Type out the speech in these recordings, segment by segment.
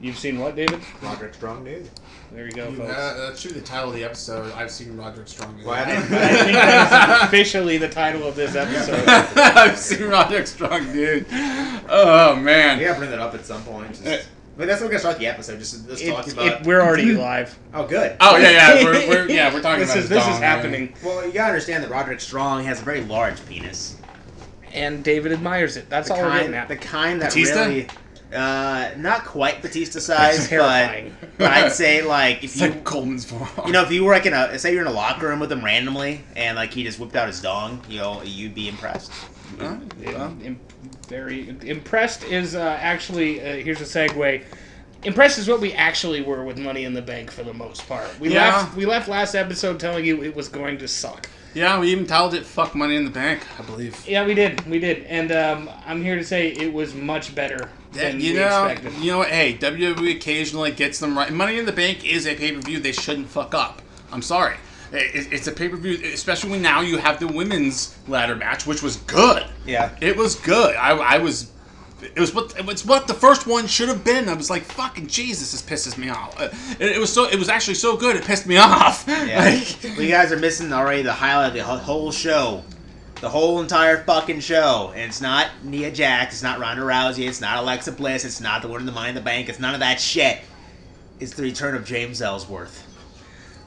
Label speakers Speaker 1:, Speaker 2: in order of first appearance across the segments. Speaker 1: You've seen what, David?
Speaker 2: Roderick Strong nude.
Speaker 1: There you go,
Speaker 3: You-
Speaker 1: folks.
Speaker 3: uh, that's true. The title of the episode. I've seen Roderick Strong.
Speaker 2: Well, I
Speaker 3: nude.
Speaker 2: don't-
Speaker 1: I think that's officially the title of this episode.
Speaker 3: I've seen Roderick Strong, dude. Oh man.
Speaker 2: We gotta bring that up at some point.
Speaker 3: Eh.
Speaker 2: Just, but that's what we're gonna start the episode. Just let's
Speaker 1: It-
Speaker 2: talk
Speaker 1: it-
Speaker 2: about.
Speaker 1: we're already live.
Speaker 2: oh, good.
Speaker 3: Oh yeah, yeah. We're, we're yeah we're talking
Speaker 1: this
Speaker 3: about
Speaker 1: is this
Speaker 3: Dong,
Speaker 1: is
Speaker 3: right?
Speaker 1: happening,
Speaker 2: Well, you gotta understand that Roderick Strong has a very large penis.
Speaker 1: and David admires it. That's
Speaker 2: the
Speaker 1: all we're
Speaker 2: kind,
Speaker 1: getting at.
Speaker 2: the kind that
Speaker 3: Batista?
Speaker 2: really, uh, not quite Batista size, but,
Speaker 1: terrifying.
Speaker 2: but I'd say like if
Speaker 3: It's
Speaker 2: you
Speaker 3: like Coleman's forearm.
Speaker 2: you know if you were like in a say you're in a locker room with him randomly and like he just whipped out his dong, you know you'd be impressed.
Speaker 3: Huh? Huh?
Speaker 1: Im- im- very impressed is uh, actually uh, here's a segue. Impressed is what we actually were with Money in the Bank for the most part. We
Speaker 3: Yeah.
Speaker 1: left we left last episode telling you it was going to suck.
Speaker 3: Yeah, we even titled it "Fuck Money in the Bank," I believe.
Speaker 1: Yeah, we did, we did, and um, I'm here to say it was much better
Speaker 3: Yeah,
Speaker 1: than
Speaker 3: you
Speaker 1: we
Speaker 3: know,
Speaker 1: expected.
Speaker 3: you know what? Hey, WWE occasionally gets them right. Money in the Bank is a pay per view they shouldn't fuck up. I'm sorry, It- it- it's a pay per view, especially when now you have the women's ladder match, which was good.
Speaker 2: Yeah.
Speaker 3: It was good. I, I was. It was what it was what the first one should have been. I was like, "Fucking Jesus, this pisses me off." Uh, It, it was so. It was actually so good. It pissed me off.
Speaker 2: Yeah.
Speaker 3: Like,
Speaker 2: well, you guys are missing already the highlight of the wh- whole show. The whole entire fucking show. And it's not Nia Jax, it's not Ronda Rousey, it's not Alexa Bliss, it's not the one in the Mind of the Bank, it's none of that shit. It's the return of James Ellsworth.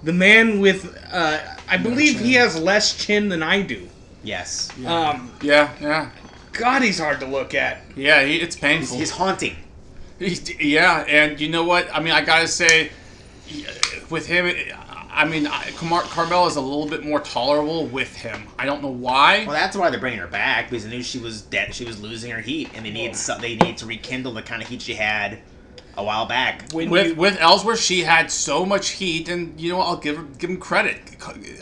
Speaker 1: The man with uh, I believe he has less chin than I do.
Speaker 2: Yes.
Speaker 1: Um,
Speaker 3: yeah, yeah,
Speaker 1: God, he's hard to look at.
Speaker 3: yeah. he- It's painful.
Speaker 2: He's haunting.
Speaker 3: He's- Yeah, and you know what? I mean, I gotta say, with him, I mean, I- Car- Carmel is a little bit more tolerable with him. I don't know
Speaker 2: Well,
Speaker 3: why.
Speaker 2: that's why they're bringing her back because they knew she was dead. She was losing her heat, and they need some, they need to rekindle the kind of heat she had a while back.
Speaker 1: When
Speaker 3: With
Speaker 1: you-
Speaker 3: with Ellsworth, she had so much heat, and you know, I'll give her, give him credit.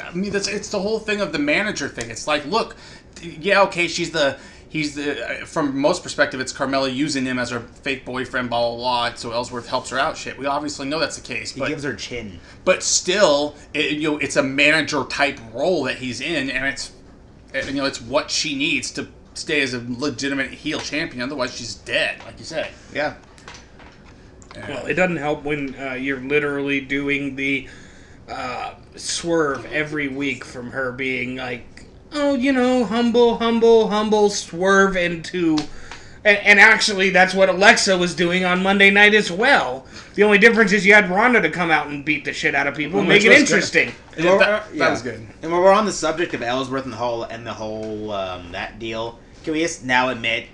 Speaker 3: I mean, that's it's the whole thing of the manager thing. It's like, look, yeah, okay, she's the. He's the from most perspective, it's Carmella using him as her fake boyfriend, blah blah blah. So Ellsworth helps her out. Shit, we obviously know that's the case.
Speaker 2: He
Speaker 3: but
Speaker 2: gives her chin.
Speaker 3: but still, it, you know, it's a manager type role that he's in, and it's, and, you know, it's what she needs to stay as a legitimate heel champion. Otherwise, she's dead, like you said.
Speaker 2: Yeah.
Speaker 1: Well, it doesn't help when uh, you're literally doing the uh, swerve every week from her being like, oh, you know, humble, humble, humble, swerve into. And, and actually, that's what Alexa was doing on Monday night as well. The only difference is you had Ronda to come out and beat the shit out of people and
Speaker 3: Which
Speaker 1: make it
Speaker 3: was good.
Speaker 1: interesting.
Speaker 3: Yeah, that, that
Speaker 2: Yeah.
Speaker 3: was good.
Speaker 2: And while we're on the subject of Ellsworth and the whole and the whole um, that deal, can we just now admit,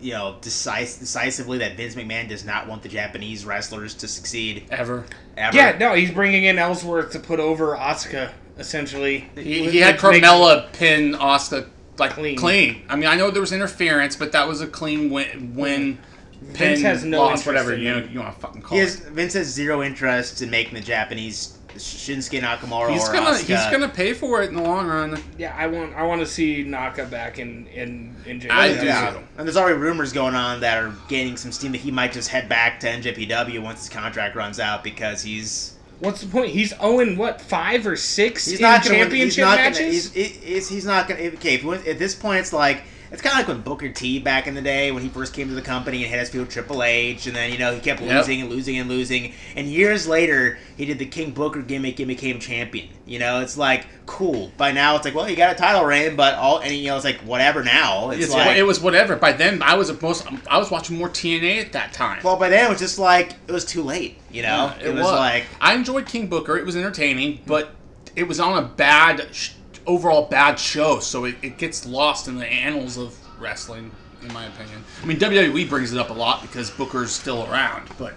Speaker 2: you know, decis- decisively that Vince McMahon does not want the Japanese wrestlers to succeed
Speaker 3: Ever.
Speaker 2: ever?
Speaker 1: Yeah, no, he's bringing in Ellsworth to put over Asuka, essentially.
Speaker 3: He,
Speaker 1: Which
Speaker 3: he had
Speaker 1: makes-
Speaker 3: Carmella pin Oscar like
Speaker 1: Clean.
Speaker 3: clean. I mean, I know there was interference, but that was a clean win. win
Speaker 1: Vince
Speaker 3: pin,
Speaker 1: has no
Speaker 3: loss,
Speaker 1: interest
Speaker 3: whatever
Speaker 1: in
Speaker 3: you
Speaker 1: him.
Speaker 3: you want to fucking call
Speaker 2: He has,
Speaker 3: it.
Speaker 2: Vince has zero interest in making the Japanese Shinsuke Nakamura
Speaker 3: He's
Speaker 2: or
Speaker 3: gonna
Speaker 2: Asuka.
Speaker 3: he's gonna pay for it in the long run.
Speaker 1: Yeah, I want I want to see Naka back in in in jail.
Speaker 3: I do.
Speaker 2: Yeah.
Speaker 3: too.
Speaker 2: And there's already rumors going on that are gaining some steam that he might just head back to NJPW once his contract runs out because he's
Speaker 1: What's the point? He's owing what five or six
Speaker 2: he's
Speaker 1: in
Speaker 2: not gonna win-
Speaker 1: championship
Speaker 2: he's not
Speaker 1: matches.
Speaker 2: Gonna, he's, he- he's, he's not gonna. Okay, if, you want- at this point, it's like it's kind of like when Booker T back in the day when he first came to the company and had his field Triple H, and then you know he kept
Speaker 3: Yep.
Speaker 2: losing and losing and losing, and years later he did the King Booker gimmick and became champion. You know, it's like cool. By now, it's like well, you got a title reign, but all and you know it's like whatever now. It's,
Speaker 3: It's-
Speaker 2: like
Speaker 3: it was whatever. By then, I was most I was watching more TNA at that time.
Speaker 2: well, by then it was just like it was too late. You know,
Speaker 3: Yeah,
Speaker 2: it, was, like
Speaker 3: I enjoyed King Booker. It was entertaining, but it was on a bad, sh- overall bad show, so it, it gets lost in the annals of wrestling, in my opinion. I mean, WWE brings it up a lot because Booker's still around, but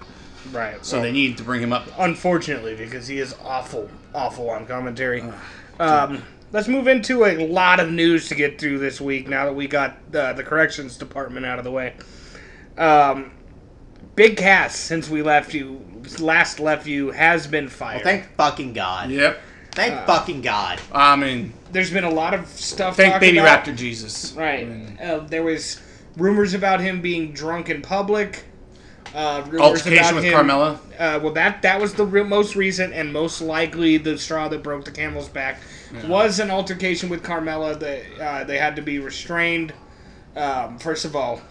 Speaker 1: right.
Speaker 3: so they need to bring him up.
Speaker 1: unfortunately, because he is awful, awful on commentary. um, let's move into a lot of news to get through this week. Now that we got uh, the corrections department out of the way, um, Big Cass, since we left you last left you, has been fired.
Speaker 2: thank fucking god,
Speaker 3: Yep.
Speaker 2: thank fucking god.
Speaker 3: I mean,
Speaker 1: There's been a lot of stuff.
Speaker 3: thank
Speaker 1: talked
Speaker 3: Baby
Speaker 1: about.
Speaker 3: Raptor Mm. Jesus. I
Speaker 1: Right.
Speaker 3: mean,
Speaker 1: Uh, there was rumors about him being drunk in public. Uh, rumors
Speaker 3: altercation
Speaker 1: about
Speaker 3: with
Speaker 1: him-
Speaker 3: Carmella.
Speaker 1: Uh, well, that that was the re- most recent and most likely the straw that broke the camel's back was an altercation with Carmella. That uh, they had to be restrained. Um, first of all,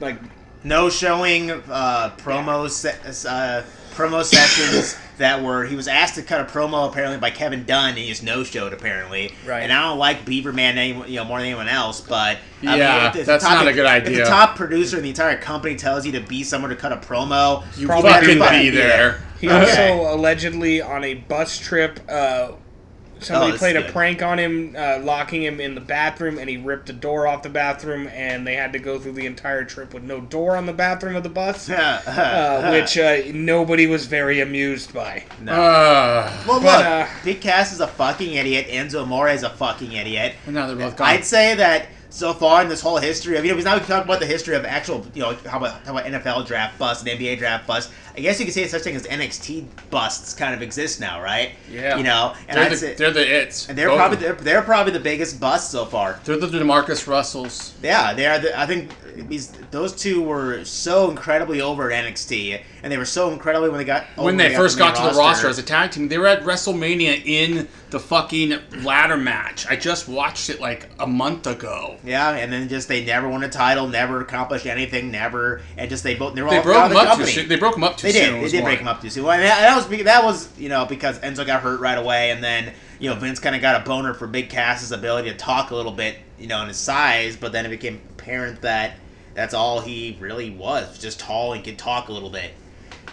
Speaker 1: like
Speaker 2: no showing uh, promo se- uh, promo sessions that were he was asked to cut a promo apparently by Kevin Dunn and he just no showed apparently.
Speaker 1: Right.
Speaker 2: And I don't like Beaverman any, you know more than anyone else, but I
Speaker 3: Yeah,
Speaker 2: if- if the
Speaker 3: that's not a good
Speaker 2: if
Speaker 3: idea.
Speaker 2: the top producer in the entire company tells you to be somewhere to cut a promo,
Speaker 3: You
Speaker 1: Probably
Speaker 3: fucking
Speaker 1: do that.
Speaker 3: be there.
Speaker 1: He
Speaker 2: Okay.
Speaker 1: also allegedly on a bus trip, uh,
Speaker 2: Oh,
Speaker 1: somebody
Speaker 2: that's
Speaker 1: played a
Speaker 2: good.
Speaker 1: prank on him, uh, locking him in the bathroom, and he ripped the door off the bathroom, and they had to go through the entire trip with no door on the bathroom of the bus, uh, which uh, nobody was very amused by.
Speaker 2: No.
Speaker 3: Uh,
Speaker 2: well,
Speaker 1: but,
Speaker 2: look,
Speaker 1: uh,
Speaker 2: Big Cass is a fucking idiot. Enzo More is a fucking idiot.
Speaker 3: now they're both gone.
Speaker 2: I'd say that so far in this whole history of you know because now we can talk about the history of actual you know how about how about NFL draft busts and NBA draft busts. I guess you could say such thing as NXT busts kind of exist now, right?
Speaker 3: Yeah.
Speaker 2: You know, and
Speaker 3: they're,
Speaker 2: I'd
Speaker 3: the,
Speaker 2: say,
Speaker 3: they're the it's.
Speaker 2: and they're
Speaker 3: Both of
Speaker 2: probably
Speaker 3: them.
Speaker 2: they're, they're probably the biggest bust so far.
Speaker 3: they're the Demarcus Russells.
Speaker 2: Yeah, they are. The, I think these those two were so incredibly over at NXT, and they were so incredibly when they got
Speaker 3: when
Speaker 2: over
Speaker 3: they first got to the roster as
Speaker 2: a
Speaker 3: a tag team, they were at WrestleMania in the fucking ladder match. I just watched it like a month ago.
Speaker 2: yeah, and then just they never won a title, never accomplished anything, never, and just they both they were
Speaker 3: They
Speaker 2: all
Speaker 3: broke
Speaker 2: out of the
Speaker 3: them up
Speaker 2: company.
Speaker 3: too soon. They broke them up too
Speaker 2: They
Speaker 3: soon.
Speaker 2: did. They
Speaker 3: was
Speaker 2: did
Speaker 3: why.
Speaker 2: break him up too soon. Well, and that, that was be- that was you know because Enzo got hurt right away, and then you know Vince kind of got a boner for Big Cass's ability to talk a little bit, you know, in his size. But then it became apparent that that's all he really was, was just tall and could talk a little bit,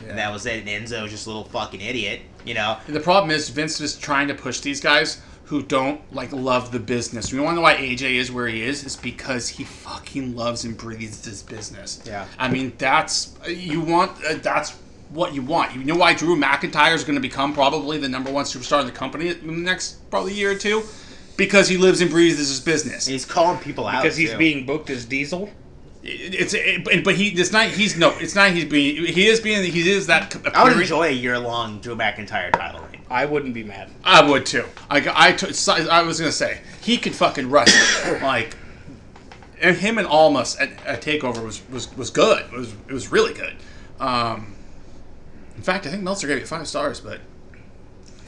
Speaker 3: Yeah.
Speaker 2: and that was it. And Enzo was just a little fucking idiot, you know.
Speaker 3: The problem is Vince is trying to push these guys who don't like love the business. We want to know why AJ is where he is is because he fucking loves and breathes this business.
Speaker 2: Yeah.
Speaker 3: I mean that's you want uh, that's what you want. You know why Drew McIntyre is going to become probably the number one superstar in the company in the next probably year or two because he lives and breathes this business.
Speaker 2: He's calling people out
Speaker 1: Because he's
Speaker 2: too.
Speaker 1: being booked as Diesel.
Speaker 3: It's it, but he it's not he's no it's not he's being he is being he is that
Speaker 2: I would
Speaker 3: appearing-
Speaker 2: enjoy a year long Drew McIntyre title reign.
Speaker 1: I wouldn't be mad.
Speaker 3: I would too. I, I, t- I was gonna say he could fucking wrestle like, and him and Almas at, at Takeover was, was was good. It was it was really good. Um, in fact, I think Meltzer gave it five stars, but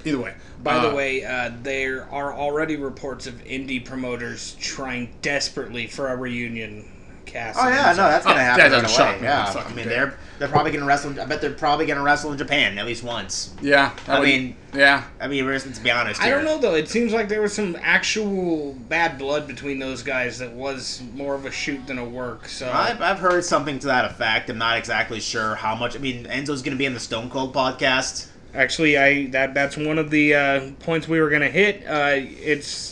Speaker 3: either way.
Speaker 1: By
Speaker 3: uh,
Speaker 1: the way, uh, there are already reports of indie promoters trying desperately for a reunion cast.
Speaker 2: Oh yeah, no, that's gonna
Speaker 3: Oh,
Speaker 2: happen.
Speaker 3: that doesn't
Speaker 2: right away,
Speaker 3: shock me
Speaker 2: Yeah,
Speaker 3: one
Speaker 2: I
Speaker 3: fucking
Speaker 2: mean
Speaker 3: bit.
Speaker 2: they're they're probably gonna wrestle. I bet they're probably gonna wrestle in Japan at least once.
Speaker 3: yeah, that
Speaker 2: I
Speaker 3: would-
Speaker 2: mean-
Speaker 3: yeah,
Speaker 2: I mean, we're- let's be honest.
Speaker 1: I
Speaker 2: here.
Speaker 1: don't know though. It seems like there was some actual bad blood between those guys that was more of a shoot than a work. So
Speaker 2: I've, I've heard something to that effect. I'm not exactly sure how much. I mean, Enzo's going to be in the Stone Cold podcast.
Speaker 1: actually, I that that's one of the uh, points we were gonna hit. Uh, it's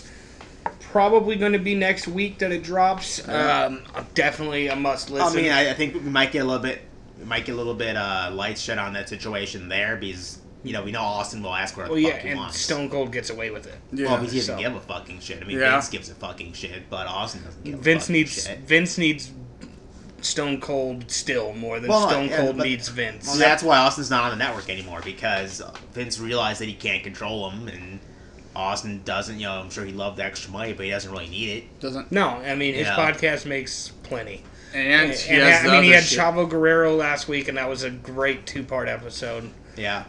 Speaker 1: probably going to be next week that it drops. Um, definitely a must listen.
Speaker 2: I mean, I, I think we might get a little bit, we might get a little bit uh, light shed on that situation there because you know we know Austin will ask where
Speaker 1: well,
Speaker 2: the
Speaker 1: Oh, yeah,
Speaker 2: fuck he
Speaker 1: and
Speaker 2: wants.
Speaker 1: Stone Cold gets away with it.
Speaker 3: yeah.
Speaker 2: well, because he doesn't
Speaker 1: so-
Speaker 2: give a fucking shit. I mean,
Speaker 3: Yeah.
Speaker 2: Vince gives a fucking shit, but Austin doesn't give a
Speaker 1: Vince
Speaker 2: fucking
Speaker 1: needs
Speaker 2: shit.
Speaker 1: Vince needs Stone Cold still more than
Speaker 2: Well,
Speaker 1: Stone
Speaker 2: yeah,
Speaker 1: Cold
Speaker 2: but-
Speaker 1: needs Vince.
Speaker 2: Well, that's why Austin's not on the network anymore because Vince realized that he can't control him, and Austin doesn't. You know, I'm sure he loved the extra money, but he doesn't really need it.
Speaker 3: doesn't
Speaker 1: no, I mean his
Speaker 2: Yeah.
Speaker 1: podcast makes plenty.
Speaker 3: and
Speaker 1: And,
Speaker 3: he has
Speaker 1: I
Speaker 3: the
Speaker 1: mean, he
Speaker 3: other
Speaker 1: had
Speaker 3: shit.
Speaker 1: Chavo Guerrero last week, and that was a great two-part episode.
Speaker 2: Yeah.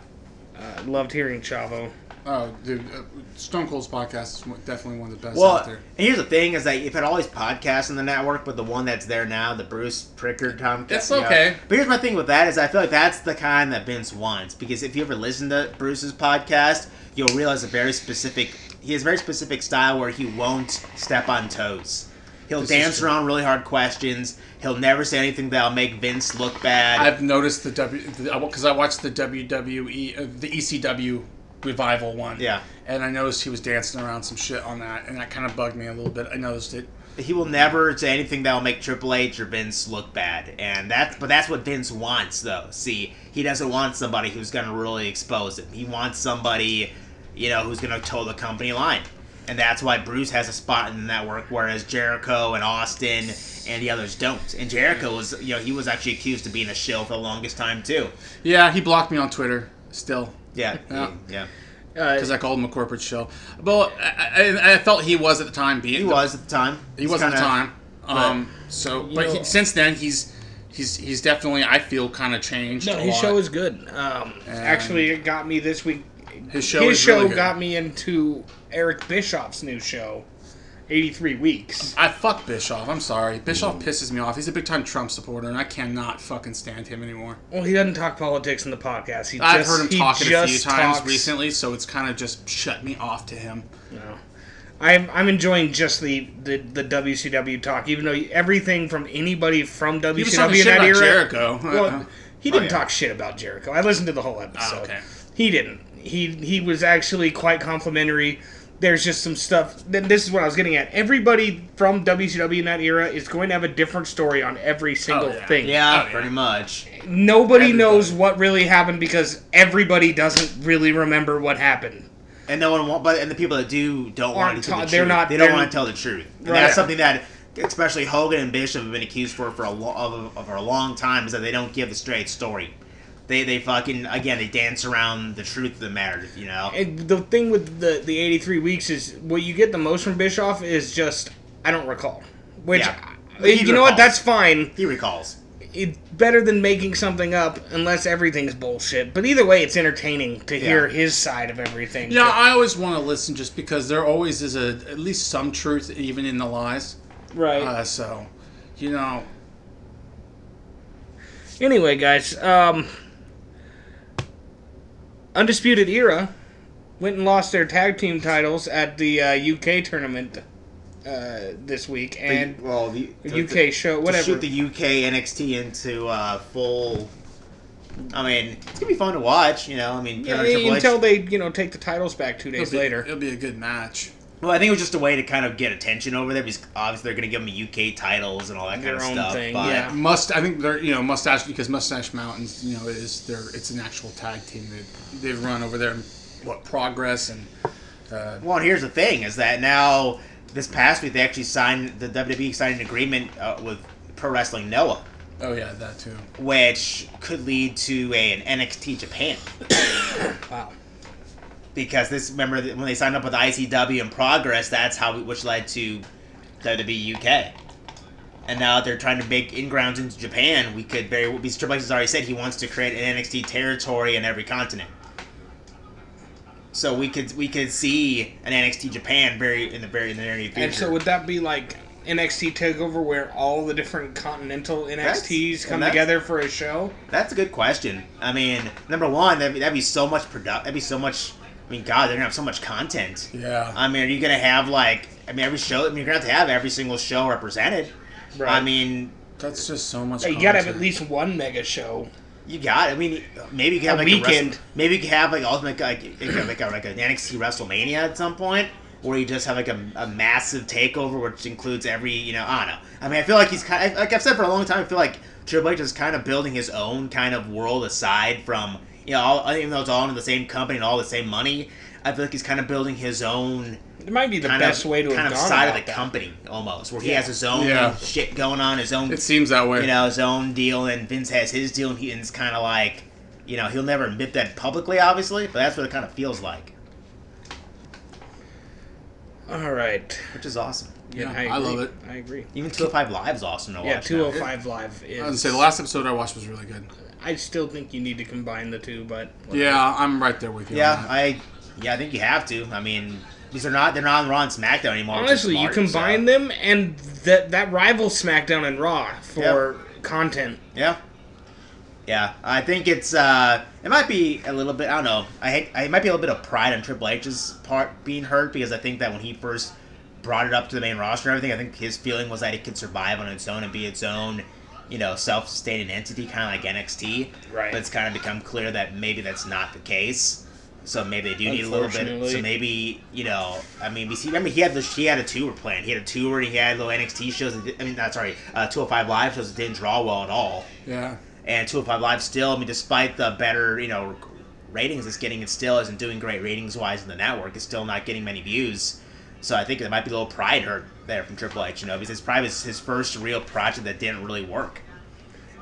Speaker 1: Uh, loved hearing Chavo. Uh,
Speaker 3: Oh, dude, uh, Stone Cold's podcast is one- definitely one of the best out
Speaker 2: Well,
Speaker 3: there.
Speaker 2: and here's the thing: is that you've had all these podcasts on the network, but the one that's there now, the Bruce Prickard Tom.
Speaker 3: That's
Speaker 2: you know.
Speaker 3: okay.
Speaker 2: But here's my thing with that: is I feel like that's the kind that Vince wants because if you ever listen to Bruce's podcast, you'll realize a very specific. He has a very specific style where he won't step on toes. He'll
Speaker 3: This is
Speaker 2: dance
Speaker 3: true.
Speaker 2: around really hard questions. He'll never say anything that'll make Vince look bad.
Speaker 3: I've noticed the W because I watched the WWE, uh, the ECW revival one.
Speaker 2: Yeah.
Speaker 3: and I noticed he was dancing around some shit on that, and that kind of bugged me a little bit. I noticed it.
Speaker 2: he will never say anything that'll make Triple H or Vince look bad, and that's but that's what Vince wants though. See, he doesn't want somebody who's gonna really expose him. He wants somebody, you know, who's gonna toe the company line, and that's why Bruce has a spot in the network, whereas Jericho and Austin and the others don't. And Jericho was, you know, he was actually accused of being a shill for the longest time too.
Speaker 3: Yeah, he blocked me on Twitter still
Speaker 2: Yeah,
Speaker 3: Yeah.
Speaker 2: yeah, yeah.
Speaker 1: Uh,
Speaker 3: because I called him a corporate shill. But I, I, I felt he was at the time being.
Speaker 2: He was at the time.
Speaker 3: He was at the
Speaker 2: kinda-
Speaker 3: time. Um. So, but
Speaker 1: know-
Speaker 3: he, since then, he's he's he's definitely I feel kind of changed.
Speaker 1: no,
Speaker 3: a
Speaker 1: his
Speaker 3: lot.
Speaker 1: show is good. Um, actually, it got me this week.
Speaker 3: His show
Speaker 1: his
Speaker 3: is
Speaker 1: show
Speaker 3: really good.
Speaker 1: got me into Eric Bischoff's new show, 83 weeks.
Speaker 3: I fuck Bischoff. I'm sorry. Bischoff pisses me off. He's a big time Trump supporter, and I cannot fucking stand him anymore.
Speaker 1: Well, he doesn't talk politics in the podcast. He
Speaker 3: I've
Speaker 1: just,
Speaker 3: heard him
Speaker 1: he
Speaker 3: talk it a few
Speaker 1: just
Speaker 3: times
Speaker 1: talks-
Speaker 3: recently, so it's kind of just shut me off to him.
Speaker 1: No. I'm, I'm enjoying just the, the, the WCW talk, even though everything from anybody from WCW
Speaker 3: He was talking
Speaker 1: in
Speaker 3: shit
Speaker 1: that
Speaker 3: about
Speaker 1: era.
Speaker 3: Jericho. Uh, Uh-huh. Oh,
Speaker 1: Well, he didn't
Speaker 2: yeah.
Speaker 1: talk shit about Jericho. I listened to the whole episode.
Speaker 3: okay.
Speaker 1: He didn't. He he was actually quite complimentary. There's just some stuff. Then this is what I was getting at. Everybody from WCW in that era is going to have a different story on every single
Speaker 3: Oh, yeah.
Speaker 1: thing.
Speaker 2: Yeah,
Speaker 3: Oh, yeah.
Speaker 2: pretty much.
Speaker 1: Nobody
Speaker 3: Everybody.
Speaker 1: knows what really happened because everybody doesn't really remember what happened.
Speaker 2: And no one want, but and the people that do don't want
Speaker 1: Aren't
Speaker 2: to tell the
Speaker 1: ta- they're
Speaker 2: truth.
Speaker 1: not-
Speaker 2: they don't
Speaker 1: they're-
Speaker 2: want to tell the truth. And
Speaker 1: Right.
Speaker 2: that's something that, especially Hogan and Bishop have been accused for for a lo- of, of for a long time is that they don't give the straight story. They they fucking again they dance around the truth of the matter. You know.
Speaker 1: And the thing with the the 83 weeks is what you get the most from Bischoff is just I don't recall. Which
Speaker 2: Yeah.
Speaker 1: you
Speaker 2: He
Speaker 1: know what?
Speaker 2: recalls.
Speaker 1: That's fine.
Speaker 2: he recalls.
Speaker 1: it's better than making something up unless everything's bullshit. But either way, it's entertaining to hear his side of everything.
Speaker 3: Yeah, I always want to listen just because there always is a at least some truth even in the lies.
Speaker 1: right.
Speaker 3: Uh, so, you know,
Speaker 1: anyway, guys, um, Undisputed Era went and lost their tag team titles at the uh, UK tournament uh, this week and
Speaker 2: well, the
Speaker 1: the UK show,
Speaker 2: to
Speaker 1: whatever.
Speaker 2: shoot the UK NXT into uh, full. I mean, it's gonna be fun to watch. You know, I mean,
Speaker 1: yeah,
Speaker 2: Turner, Triple H-
Speaker 1: until they, you know, take the titles back two days
Speaker 3: it'll be-
Speaker 1: later.
Speaker 3: it'll be a good match.
Speaker 2: Well, I think it was just a way to kind of get attention over there because obviously they're going to give them UK titles and all that
Speaker 1: Their
Speaker 2: kind of
Speaker 1: own
Speaker 2: stuff.
Speaker 1: thing,
Speaker 2: but
Speaker 1: yeah.
Speaker 3: Must I think they're you know Mustache because Mustache Mountains you know is their it's an actual tag team that they've run over there. What progress and uh,
Speaker 2: Well, and here's the thing: is that now this past week they actually signed the WWE signed an agreement uh, with Pro Wrestling Noah,
Speaker 3: oh yeah that too.
Speaker 2: which could lead to a, an NXT Japan
Speaker 1: Wow.
Speaker 2: because this remember that when they signed up with ICW and Progress, that's how which led to WWE UK. And now they're trying to make in-grounds into Japan. We could very well, because Triple H has already said he wants to create an NXT territory in every continent. So we could we could see an NXT Japan very in the very in the very near future.
Speaker 1: And so would that be like NXT Takeover, where all the different continental NXTs
Speaker 2: That's-
Speaker 1: come
Speaker 2: that's-
Speaker 1: together for a show?
Speaker 2: That's a good question. I mean, number one, that'd be, that'd be so much product. That'd be so much. I mean, God, they're gonna have so much content.
Speaker 3: Yeah.
Speaker 2: I mean, are you gonna have like? I mean, every show. I mean, you're gonna have to have every single show represented. I mean,
Speaker 3: That's just so much.
Speaker 1: you gotta have at
Speaker 3: content.
Speaker 1: least one mega show.
Speaker 2: you got. I mean, maybe you could have
Speaker 1: A
Speaker 2: like a wrest-
Speaker 1: weekend.
Speaker 2: maybe you could have like ultimate like you could have, like a, like an NXT WrestleMania at some point, or you just have like a, a massive takeover which includes every you know. I don't know. I mean, I feel like he's kind. Of, like I've said for a long time, I feel like Triple H is kind of building his own kind of world aside from you know, all, even though it's all under the same company and all the same money. I feel like he's kind of building his own
Speaker 1: It might be the
Speaker 2: kind
Speaker 1: best
Speaker 2: of
Speaker 1: way to
Speaker 2: kind
Speaker 1: have
Speaker 2: of
Speaker 1: gone
Speaker 2: side of
Speaker 1: about
Speaker 2: the
Speaker 1: that.
Speaker 2: company almost, where he
Speaker 1: Yeah.
Speaker 2: has his own
Speaker 3: Yeah.
Speaker 2: shit going on, his own
Speaker 3: It seems that way.
Speaker 2: you know his own deal, and Vince has his deal, and, he, and it's kind of like you know he'll never admit that publicly, obviously, but that's what it kind of feels like,
Speaker 1: All right.
Speaker 2: which is awesome.
Speaker 3: Yeah,
Speaker 1: agree.
Speaker 3: I love it.
Speaker 1: I agree.
Speaker 2: Even 205 Live's awesome to watch.
Speaker 1: Yeah,
Speaker 2: now.
Speaker 1: 205 Live
Speaker 3: I was gonna
Speaker 1: is.
Speaker 3: say the last episode I watched was really good.
Speaker 1: I still think you need to combine the two, but.
Speaker 3: Yeah, I'm right there with you. on
Speaker 2: Yeah,
Speaker 3: that.
Speaker 2: I yeah I think you have to. I mean, these are not they're not on Raw and SmackDown anymore. which is
Speaker 1: Honestly, you
Speaker 2: smart,
Speaker 1: combine
Speaker 2: so-
Speaker 1: them, and that that rivals SmackDown and Raw for content.
Speaker 2: Yeah. Yeah, I think it's uh, it might be a little bit. I don't know. I hate, it might be a little bit of pride on Triple H's part being hurt because I think that when he first brought it up to the main roster and everything, I think his feeling was that it could survive on its own and be its own, you know, self-sustaining entity, kind of like NXT.
Speaker 1: Right.
Speaker 2: But it's kind of become clear that maybe that's not the case. So maybe they do need a little bit. So
Speaker 1: Unfortunately.
Speaker 2: maybe you know, I mean, we see. Remember, he had the he had a tour plan. He had a tour and he had little NXT shows. That, di- I mean, not sorry, uh, 205 live shows that didn't draw well at all
Speaker 3: yeah.
Speaker 2: and 205 Live still, I mean, despite the better, you know, ratings it's getting, it still isn't doing great ratings wise in the network. It's still not getting many views. So I think there might be a little pride hurt there from Triple H, you know, because it's probably his, his first real project that didn't really work.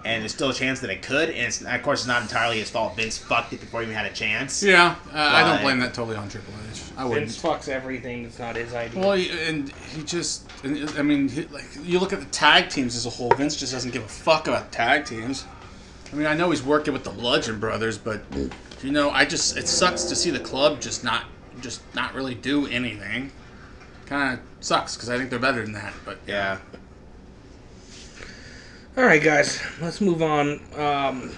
Speaker 2: And there's still a chance that it could, and it's, of course, it's not entirely his fault. Vince fucked it before he even had a chance.
Speaker 3: Yeah, uh, I don't
Speaker 2: Why?
Speaker 3: blame that totally on Triple H. I wouldn't.
Speaker 1: Vince fucks everything. It's not his idea.
Speaker 3: Well, he- and he just, and it- I mean, he, like you look at the tag teams as a whole. Vince just doesn't give a fuck about tag teams. I mean, I know he's working with the Bludgeon Brothers, but you know, I just it sucks to see the club just not just not really do anything. kind of sucks because I think they're better than that. But
Speaker 2: Yeah.
Speaker 1: All right, guys, let's move on. Um,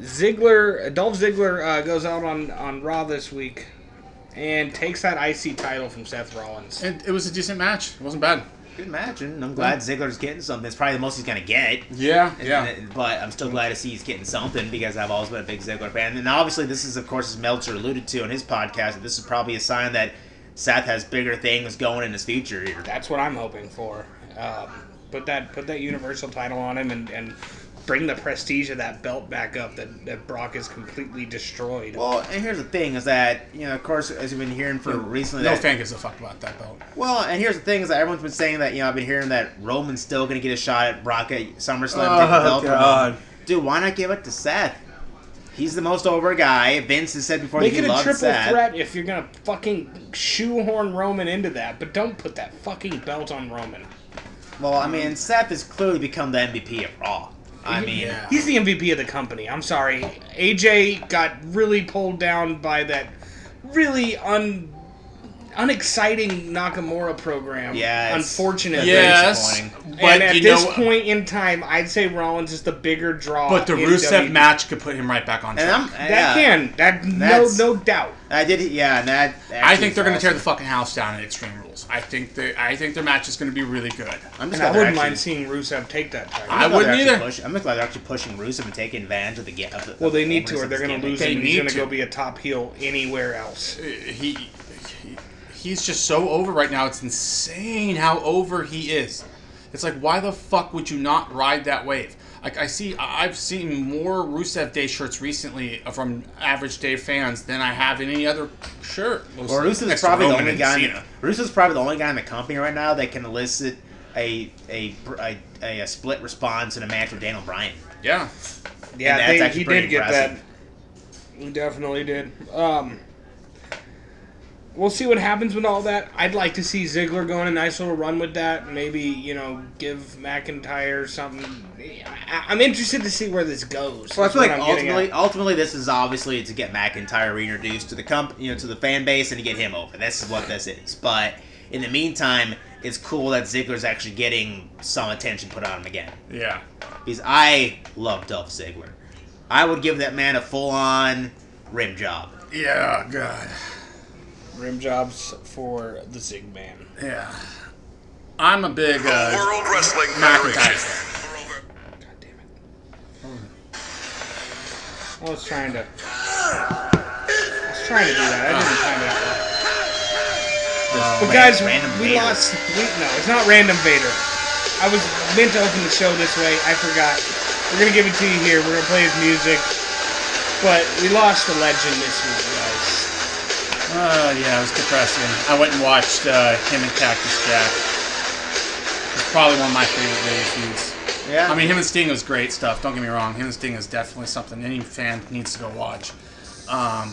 Speaker 1: Ziggler, Dolph Ziggler uh, goes out on, on Raw this week and takes that IC title from Seth Rollins.
Speaker 3: it, it was a decent match. It wasn't bad.
Speaker 2: Good match, and I'm glad Ziggler's getting something. It's probably the most he's gonna get.
Speaker 3: Yeah,
Speaker 2: And- and- But I'm still glad to see he's getting something because I've always been a big Ziggler fan. And obviously, this is, of course, as Meltzer alluded to in his podcast, that this is probably a sign that Seth has bigger things going in his future here.
Speaker 1: That's what I'm hoping for. Um, put that put that Universal title on him and, and bring the prestige of that belt back up that, that Brock is completely destroyed.
Speaker 2: Well, and here's the thing is that, you know, of course, as we've been hearing for recently,
Speaker 3: No
Speaker 2: that-
Speaker 3: fan gives a fuck about that belt.
Speaker 2: Well, and here's the thing is that everyone's been saying that you know I've been hearing that Roman's still gonna get a shot at Brock at SummerSlam. take the
Speaker 4: Oh,
Speaker 2: belt from him.
Speaker 4: God.
Speaker 2: dude, why not give it to Seth? He's the most over guy. Vince has said before
Speaker 1: Make
Speaker 2: that
Speaker 1: it
Speaker 2: he
Speaker 1: a
Speaker 2: loves
Speaker 1: triple
Speaker 2: Seth.
Speaker 1: threat if you're gonna fucking shoehorn Roman into that, but don't put that fucking belt on Roman.
Speaker 2: Well, I mean, Seth has clearly become the MVP of Raw. I mean,
Speaker 3: Yeah.
Speaker 1: He's the MVP of the company. I'm sorry. AJ got really pulled down by that really un unexciting Nakamura program.
Speaker 2: Yeah, it's-
Speaker 1: Unfortunately.
Speaker 3: Yes,
Speaker 2: disappointing.
Speaker 3: but
Speaker 1: and at
Speaker 3: you
Speaker 1: this
Speaker 3: know,
Speaker 1: point in time, I'd say Rollins is the bigger draw.
Speaker 3: but the
Speaker 1: in
Speaker 3: Rusev
Speaker 1: WWE.
Speaker 3: match could put him right back on track.
Speaker 2: and I'm
Speaker 1: that
Speaker 2: yeah,
Speaker 1: can that no
Speaker 2: That's-
Speaker 1: no doubt.
Speaker 2: I did yeah, and that.
Speaker 3: I
Speaker 2: actually
Speaker 3: think they're going to
Speaker 2: is
Speaker 3: tear the
Speaker 2: awesome.
Speaker 3: fucking house down at Extreme Rules. I think they, I think their match is going to be really good. Uh,
Speaker 2: I'm
Speaker 1: And
Speaker 2: just
Speaker 1: I
Speaker 2: glad they're
Speaker 1: wouldn't mind
Speaker 2: actually-
Speaker 1: seeing Rusev take that title.
Speaker 3: I
Speaker 2: I'm glad they're
Speaker 3: wouldn't
Speaker 2: actually
Speaker 3: either.
Speaker 2: push- I'm just glad they're actually pushing Rusev and taking advantage of the game. Of the,
Speaker 1: well,
Speaker 2: of the
Speaker 1: they need to,
Speaker 2: performance
Speaker 1: or
Speaker 2: of
Speaker 1: they're
Speaker 2: this
Speaker 1: going to
Speaker 2: gimmick.
Speaker 1: lose
Speaker 3: They
Speaker 1: him. He's
Speaker 3: need
Speaker 1: going to
Speaker 3: to.
Speaker 1: go be a top heel anywhere else.
Speaker 3: He, he he's just so over right now. It's insane how over he is. It's like why the fuck would you not ride that wave? Like I see, I- I've seen more Rusev Day shirts recently from average day fans than I have in any other shirt.
Speaker 2: Well, Rusev's
Speaker 3: Next to
Speaker 2: probably the
Speaker 3: Roman
Speaker 2: only
Speaker 3: and
Speaker 2: guy. In,
Speaker 3: Cena.
Speaker 2: Rusev's probably the only guy in the company right now that can elicit a a a, a, a split response in a match with Daniel Bryan.
Speaker 3: Yeah,
Speaker 1: Yeah,
Speaker 2: And that's
Speaker 1: they,
Speaker 2: actually
Speaker 1: he
Speaker 2: pretty
Speaker 1: did get
Speaker 2: impressive.
Speaker 1: that. He definitely did. Um, we'll see what happens with all that. I'd like to see Ziggler go on a nice little run with that. Maybe you know, give McIntyre something. I, I'm interested to see where this goes.
Speaker 2: Well, I
Speaker 1: is
Speaker 2: feel
Speaker 1: what
Speaker 2: like
Speaker 1: I'm getting
Speaker 2: ultimately,
Speaker 1: at.
Speaker 2: ultimately, this is obviously to get McIntyre reintroduced to the comp, you know, to the fan base and to get him over. This is what this is. But in the meantime, it's cool that Ziggler's actually getting some attention put on him again
Speaker 3: yeah.
Speaker 2: because I love Dolph Ziggler. I would give that man a full on rim job.
Speaker 3: Yeah, God.
Speaker 1: rim jobs for the Zig Man.
Speaker 3: Yeah. I'm a big uh,
Speaker 5: World Wrestling
Speaker 3: McIntyre.
Speaker 5: Federation.
Speaker 3: fan.
Speaker 1: God damn it! I was trying to. I was trying to do that. I didn't time it out. right. But guys, we
Speaker 2: Vader.
Speaker 1: lost. We, no, it's not random Vader. I was meant to open the show this way. I forgot. We're gonna give it to you here. We're gonna play his music. But we lost the legend this week, guys.
Speaker 3: Uh, yeah, it was depressing. I went and watched uh, him and Cactus Jack. It's probably one of my favorite video feuds.
Speaker 2: Yeah.
Speaker 3: I mean, him and Sting was great stuff. Don't get me wrong. Him and Sting is definitely something any fan needs to go watch. Um,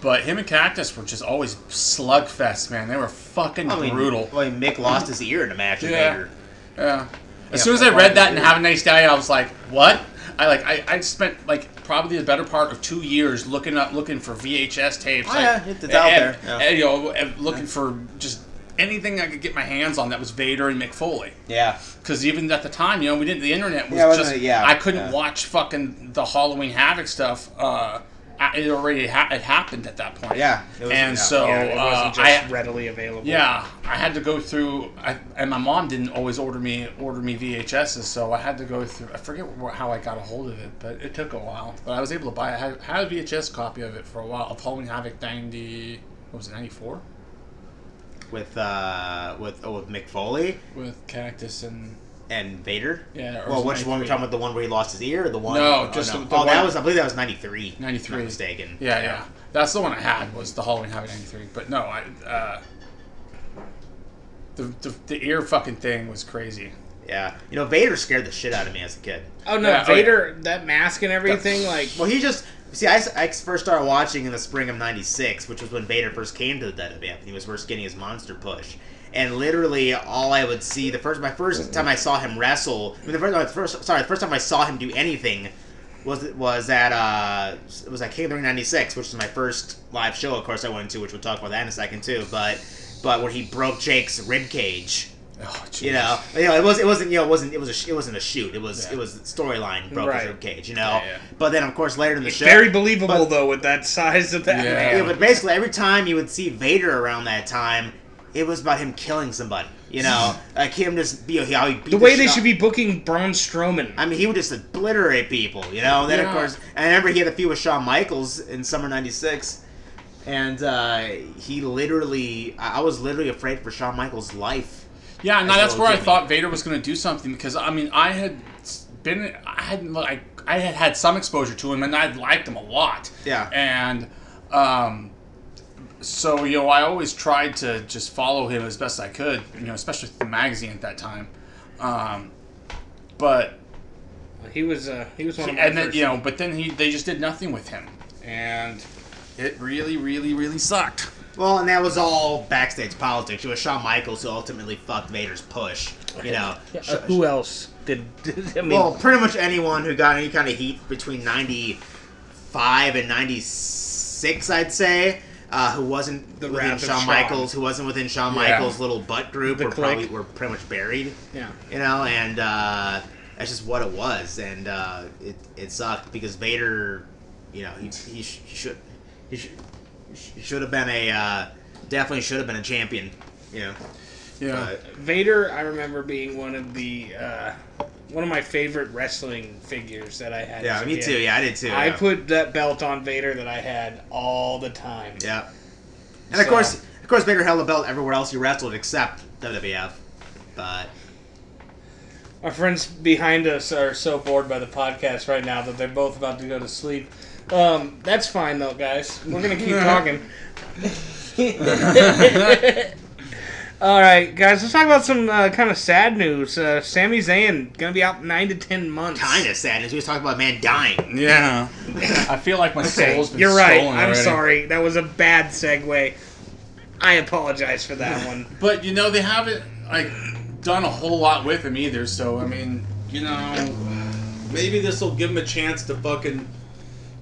Speaker 3: but him and Cactus were just always slugfests, man. They were fucking
Speaker 2: I mean,
Speaker 3: brutal.
Speaker 2: Well, Mick lost his ear in a match with
Speaker 3: Yeah.
Speaker 2: Vader.
Speaker 3: Yeah. As
Speaker 2: Yeah,
Speaker 3: soon as I read that and
Speaker 2: probably.
Speaker 3: have a nice day, I was like, what? I like I, I spent like probably the better part of two years looking up looking for VHS tapes.
Speaker 2: Oh,
Speaker 3: like,
Speaker 2: yeah, it's- it's out
Speaker 3: and-
Speaker 2: there, yeah.
Speaker 3: and, you know, and looking for just anything I could get my hands on that was Vader and McFoley.
Speaker 2: Yeah.
Speaker 3: Because even at the time, you know, we didn't. The internet was
Speaker 2: Yeah, it wasn't
Speaker 3: just.
Speaker 2: it- yeah,
Speaker 3: I couldn't
Speaker 2: yeah.
Speaker 3: watch fucking the Halloween Havoc stuff. Uh, I- it already ha- it happened at that point.
Speaker 2: Yeah, it was-
Speaker 3: and
Speaker 2: yeah.
Speaker 3: so
Speaker 1: yeah, it
Speaker 3: uh,
Speaker 1: wasn't just
Speaker 3: I
Speaker 1: readily available.
Speaker 3: yeah, I had to go through, I, and my mom didn't always order me order me VHSs, so I had to go through. I forget wh- how I got a hold of it, but it took a while. But I was able to buy. it. I had, had a VHS copy of it for a while of Halloween Havoc ninety. What was it ninety four
Speaker 2: With uh with oh, with Mick Foley
Speaker 3: with Cactus and
Speaker 2: and Vader.
Speaker 3: Yeah, or
Speaker 2: Well,
Speaker 3: was
Speaker 2: which
Speaker 3: it
Speaker 2: one we're
Speaker 3: 93?
Speaker 2: talking about? The one where he lost his ear, or the one?
Speaker 3: No,
Speaker 2: oh,
Speaker 3: just the- the
Speaker 2: oh, that
Speaker 3: one-
Speaker 2: was I believe that was ninety three.
Speaker 3: ninety three.
Speaker 2: Not mistaken.
Speaker 3: Yeah, yeah, that's the one I had was the Halloween Havoc ninety three. But no, I. Uh, the, the, the ear fucking thing was crazy.
Speaker 2: Yeah. You know, Vader scared the shit out of me as a kid.
Speaker 1: Oh no,
Speaker 3: Yeah, oh,
Speaker 1: Vader, that mask and everything, like
Speaker 2: Well, he just see. I, s- I first started watching in the spring of '96, which was when Vader first came to the WWF. He was first getting his monster push, and literally all I would see the first my first time I saw him wrestle. I mean, the first, no, the first sorry, the first time I saw him do anything was was at uh it was at King of the Ring '96, which was my first live show. Of course, I went to, which we'll talk about that in a second too, but. but when he broke Jake's rib cage,
Speaker 3: Oh, jeez.
Speaker 2: you know, you know, it was it wasn't you know it wasn't it was a, sh- it wasn't a shoot. It was
Speaker 3: Yeah.
Speaker 2: it was storyline broke his
Speaker 1: Right.
Speaker 2: rib cage, you know.
Speaker 3: Yeah, yeah.
Speaker 2: But then of course later in the show,
Speaker 1: Very believable
Speaker 2: but-
Speaker 1: though with that size of that
Speaker 3: Yeah.
Speaker 2: Yeah,
Speaker 1: man.
Speaker 2: but basically every time you would see Vader around that time, it was about him killing somebody. You know, like him just you know, how he beat
Speaker 1: The way
Speaker 2: shit
Speaker 1: they
Speaker 2: out-
Speaker 1: should be booking Braun Strowman.
Speaker 2: I mean, he would just obliterate people, you know. And then
Speaker 3: Yeah.
Speaker 2: of course, I remember he had a feud with Shawn Michaels in summer '96, and uh, he literally, I I was literally afraid for Shawn Michaels' life.
Speaker 3: Yeah, no,
Speaker 2: As
Speaker 3: that's
Speaker 2: well
Speaker 3: where
Speaker 2: as
Speaker 3: I
Speaker 2: Jimmy.
Speaker 3: thought Vader was going to do something because I mean I had been I had like I had had some exposure to him and I liked him a lot.
Speaker 2: Yeah.
Speaker 3: and um, so you know I always tried to just follow him as best I could, you know, especially with the magazine at that time. Um, but
Speaker 1: he was uh, he was one of my
Speaker 3: and then
Speaker 1: first-
Speaker 3: you know, but then he they just did nothing with him, and it really, really, really sucked.
Speaker 2: Well, and that was all backstage politics. It was Shawn Michaels who ultimately fucked Vader's push. You know,
Speaker 1: Uh, who else did? I mean,
Speaker 2: well, pretty much anyone who got any kind of heat between '95 and '96, I'd say, uh, who wasn't
Speaker 1: The
Speaker 2: within
Speaker 1: wrath of
Speaker 2: Shawn
Speaker 1: Shawn.
Speaker 2: Michaels, who wasn't within Shawn
Speaker 3: Yeah.
Speaker 2: Michaels' little butt group,
Speaker 1: The
Speaker 2: were probably
Speaker 1: clique.
Speaker 2: were pretty much buried.
Speaker 1: yeah.
Speaker 2: you know, and uh, that's just what it was, and uh, it it sucked because Vader, you know, he he, sh- he should he sh- he should have been a uh, definitely should have been a champion, you know.
Speaker 3: Yeah,
Speaker 2: Uh,
Speaker 1: Vader, I remember being one of the uh, one of my favorite wrestling figures that I had.
Speaker 2: yeah,
Speaker 1: as a
Speaker 2: me
Speaker 1: kid.
Speaker 2: too. Yeah, I did too.
Speaker 1: I
Speaker 2: yeah.
Speaker 1: put that belt on Vader that I had all the time.
Speaker 2: yeah, and of
Speaker 1: So-
Speaker 2: course, of course, Vader held the belt everywhere else he wrestled except WWF, but
Speaker 1: Our friends behind us are so bored by the podcast right now that they're both about to go to sleep. Um, that's fine though, guys. We're gonna keep talking. All right, guys. Let's talk about some uh, kind of sad news. Uh, Sami Zayn gonna be out nine to ten months.
Speaker 2: kind of sad as we was talking about a man dying.
Speaker 3: yeah. I feel like my
Speaker 1: Okay,
Speaker 3: soul's been
Speaker 1: you're right.
Speaker 3: stolen
Speaker 1: I'm
Speaker 3: already.
Speaker 1: sorry. That was a bad segue. I apologize for that one.
Speaker 3: But you know they haven't like done a whole lot with him either. So I mean, you know, maybe this will give him a chance to fucking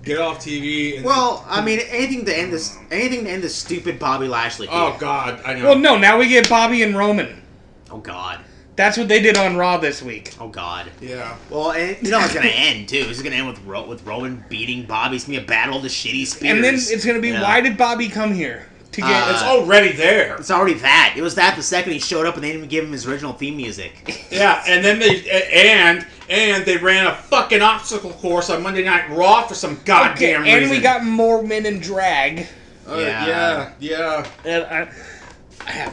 Speaker 3: get off TV. And,
Speaker 2: Well, I mean, anything to end this, anything to end this stupid Bobby Lashley. feud.
Speaker 3: oh God, I know.
Speaker 1: Well, no. Now we get Bobby and Roman.
Speaker 2: oh God,
Speaker 1: That's what they did on Raw this week.
Speaker 2: oh God.
Speaker 3: Yeah.
Speaker 2: Well, and you know it's gonna end too. It's gonna end with Ro- with Roman beating Bobby. It's gonna be a battle of the shitty spears.
Speaker 1: And then it's gonna be
Speaker 2: Yeah.
Speaker 1: why did Bobby come here to get?
Speaker 2: Uh,
Speaker 3: It's already there.
Speaker 2: It's already that. It was that the second he showed up, and they didn't even give him his original theme music.
Speaker 3: Yeah, and then they a- and and they ran a fucking obstacle course on Monday Night Raw for some
Speaker 1: Okay,
Speaker 3: goddamn reason.
Speaker 1: and we got more men in drag.
Speaker 3: Uh,
Speaker 2: Yeah.
Speaker 3: yeah, yeah.
Speaker 1: And I,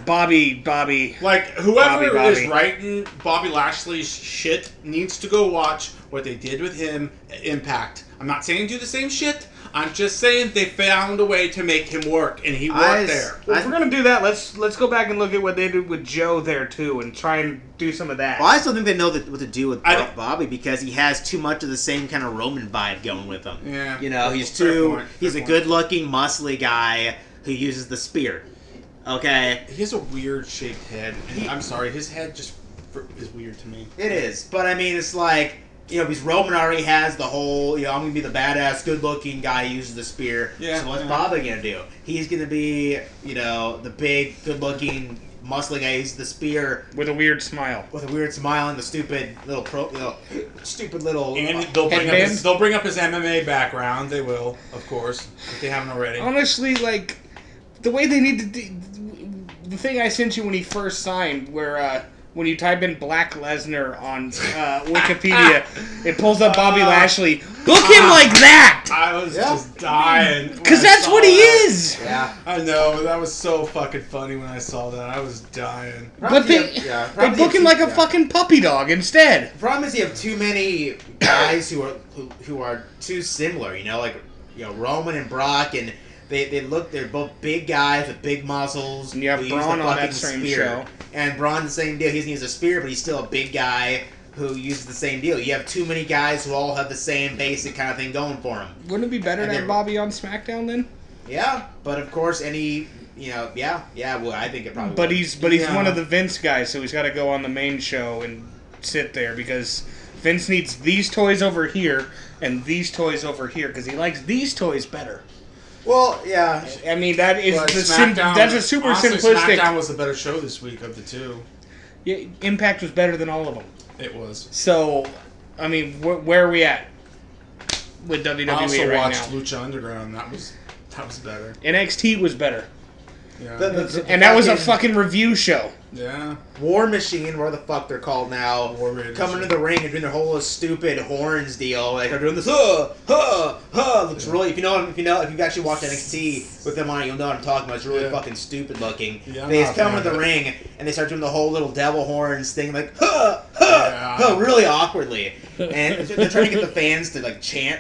Speaker 1: Bobby, Bobby.
Speaker 3: Like whoever
Speaker 1: Bobby, Bobby.
Speaker 3: is writing Bobby Lashley's shit needs to go watch what they did with him at Impact. I'm not saying do the same shit. I'm just saying they found a way to make him work, and he worked
Speaker 2: I s-
Speaker 3: there.
Speaker 1: Well,
Speaker 2: I-
Speaker 1: if we're gonna do that, let's let's go back and look at what they did with Joe there too, and try and do some of that.
Speaker 2: well, I still think they know that, what to do with
Speaker 3: I
Speaker 2: Bo-
Speaker 3: don't-
Speaker 2: Bobby because he has too much of the same kind of Roman vibe going with him.
Speaker 3: Yeah.
Speaker 2: you know, he's
Speaker 3: Fair
Speaker 2: too.
Speaker 3: point,
Speaker 2: he's
Speaker 3: fair
Speaker 2: a
Speaker 3: point.
Speaker 2: good-looking, muscly guy who uses the spear. Okay,
Speaker 3: He has a weird shaped head. And I'm sorry, his head just fr- is weird to me.
Speaker 2: It is, but I mean, it's like you know, because Roman already has the whole you know I'm gonna be the badass, good-looking guy who uses the spear.
Speaker 3: Yeah.
Speaker 2: So what's
Speaker 3: Yeah.
Speaker 2: Bobby gonna do? He's gonna be you know the big, good-looking, muscly guy who uses the spear
Speaker 1: with a weird smile.
Speaker 2: with a weird smile and the stupid little pro, little, stupid little.
Speaker 3: And they'll bring up
Speaker 1: Headband?
Speaker 3: his, they'll bring up his MMA background. They will, of course, if they haven't already.
Speaker 1: honestly, like the way they need to do the thing I sent you when he first signed, where uh, when you type in Black Lesnar on uh, Wikipedia, it pulls up Bobby
Speaker 3: Uh,
Speaker 1: Lashley. Book him like that,
Speaker 3: I was
Speaker 2: Yeah.
Speaker 3: just dying when
Speaker 1: because
Speaker 3: I
Speaker 1: that's
Speaker 3: saw
Speaker 1: what he
Speaker 3: that.
Speaker 1: is.
Speaker 2: yeah.
Speaker 3: I know that was so fucking funny when I saw that. I was dying.
Speaker 1: But they
Speaker 2: yeah,
Speaker 1: they book him like a fucking puppy dog instead.
Speaker 2: The problem is you have too many guys who are who, who are too similar. You know, like you know Roman and Brock, and they, they look they're both big guys with big muscles.
Speaker 1: And you have
Speaker 2: who use the
Speaker 1: Braun on that
Speaker 2: fucking
Speaker 1: same
Speaker 2: spear.
Speaker 1: show.
Speaker 2: and Braun the same deal. He doesn't use a spear, but he's still a big guy who uses the same deal. You have too many guys who all have the same basic kind of thing going for them.
Speaker 1: Wouldn't it be better
Speaker 2: And
Speaker 1: to
Speaker 2: they-
Speaker 1: have Bobby on SmackDown then?
Speaker 2: Yeah, but of course any you know yeah yeah well I think it probably.
Speaker 1: But
Speaker 2: would.
Speaker 1: he's but he's
Speaker 3: Yeah.
Speaker 1: one of the Vince guys, so he's got to go on the main show and sit there because Vince needs these toys over here and these toys over here because he likes these toys better.
Speaker 2: Well, yeah.
Speaker 1: I mean, that is
Speaker 3: But
Speaker 1: the sim-
Speaker 3: SmackDown-
Speaker 1: that's a super
Speaker 3: honestly,
Speaker 1: simplistic.
Speaker 3: SmackDown was the better show this week of the two.
Speaker 1: Yeah, Impact was better than all of them.
Speaker 3: It was.
Speaker 1: So, I mean, wh- where are we at with WWE
Speaker 3: I also
Speaker 1: right
Speaker 3: watched
Speaker 1: now?
Speaker 3: Lucha Underground. That was that was better.
Speaker 1: NXT was better,
Speaker 3: Yeah.
Speaker 2: The- the- the
Speaker 1: and that was a fucking review show.
Speaker 3: yeah.
Speaker 2: War Machine, where the fuck they're called now,
Speaker 3: War Raiders.
Speaker 2: coming to the ring and doing their whole stupid horns deal. Like they're doing this, huh, huh, huh. Looks really. If you know, if you know, if you've actually watched NXT with them on it, you'll know what I'm talking about. It's really
Speaker 3: Yeah.
Speaker 2: fucking stupid looking.
Speaker 3: Yeah, I'm
Speaker 2: they just
Speaker 3: not a
Speaker 2: come
Speaker 3: fan
Speaker 2: to the
Speaker 3: of
Speaker 2: ring and they start doing the whole little devil horns thing, like huh, huh,
Speaker 3: Yeah.
Speaker 2: huh, really awkwardly. And they're trying to get the fans to like chant,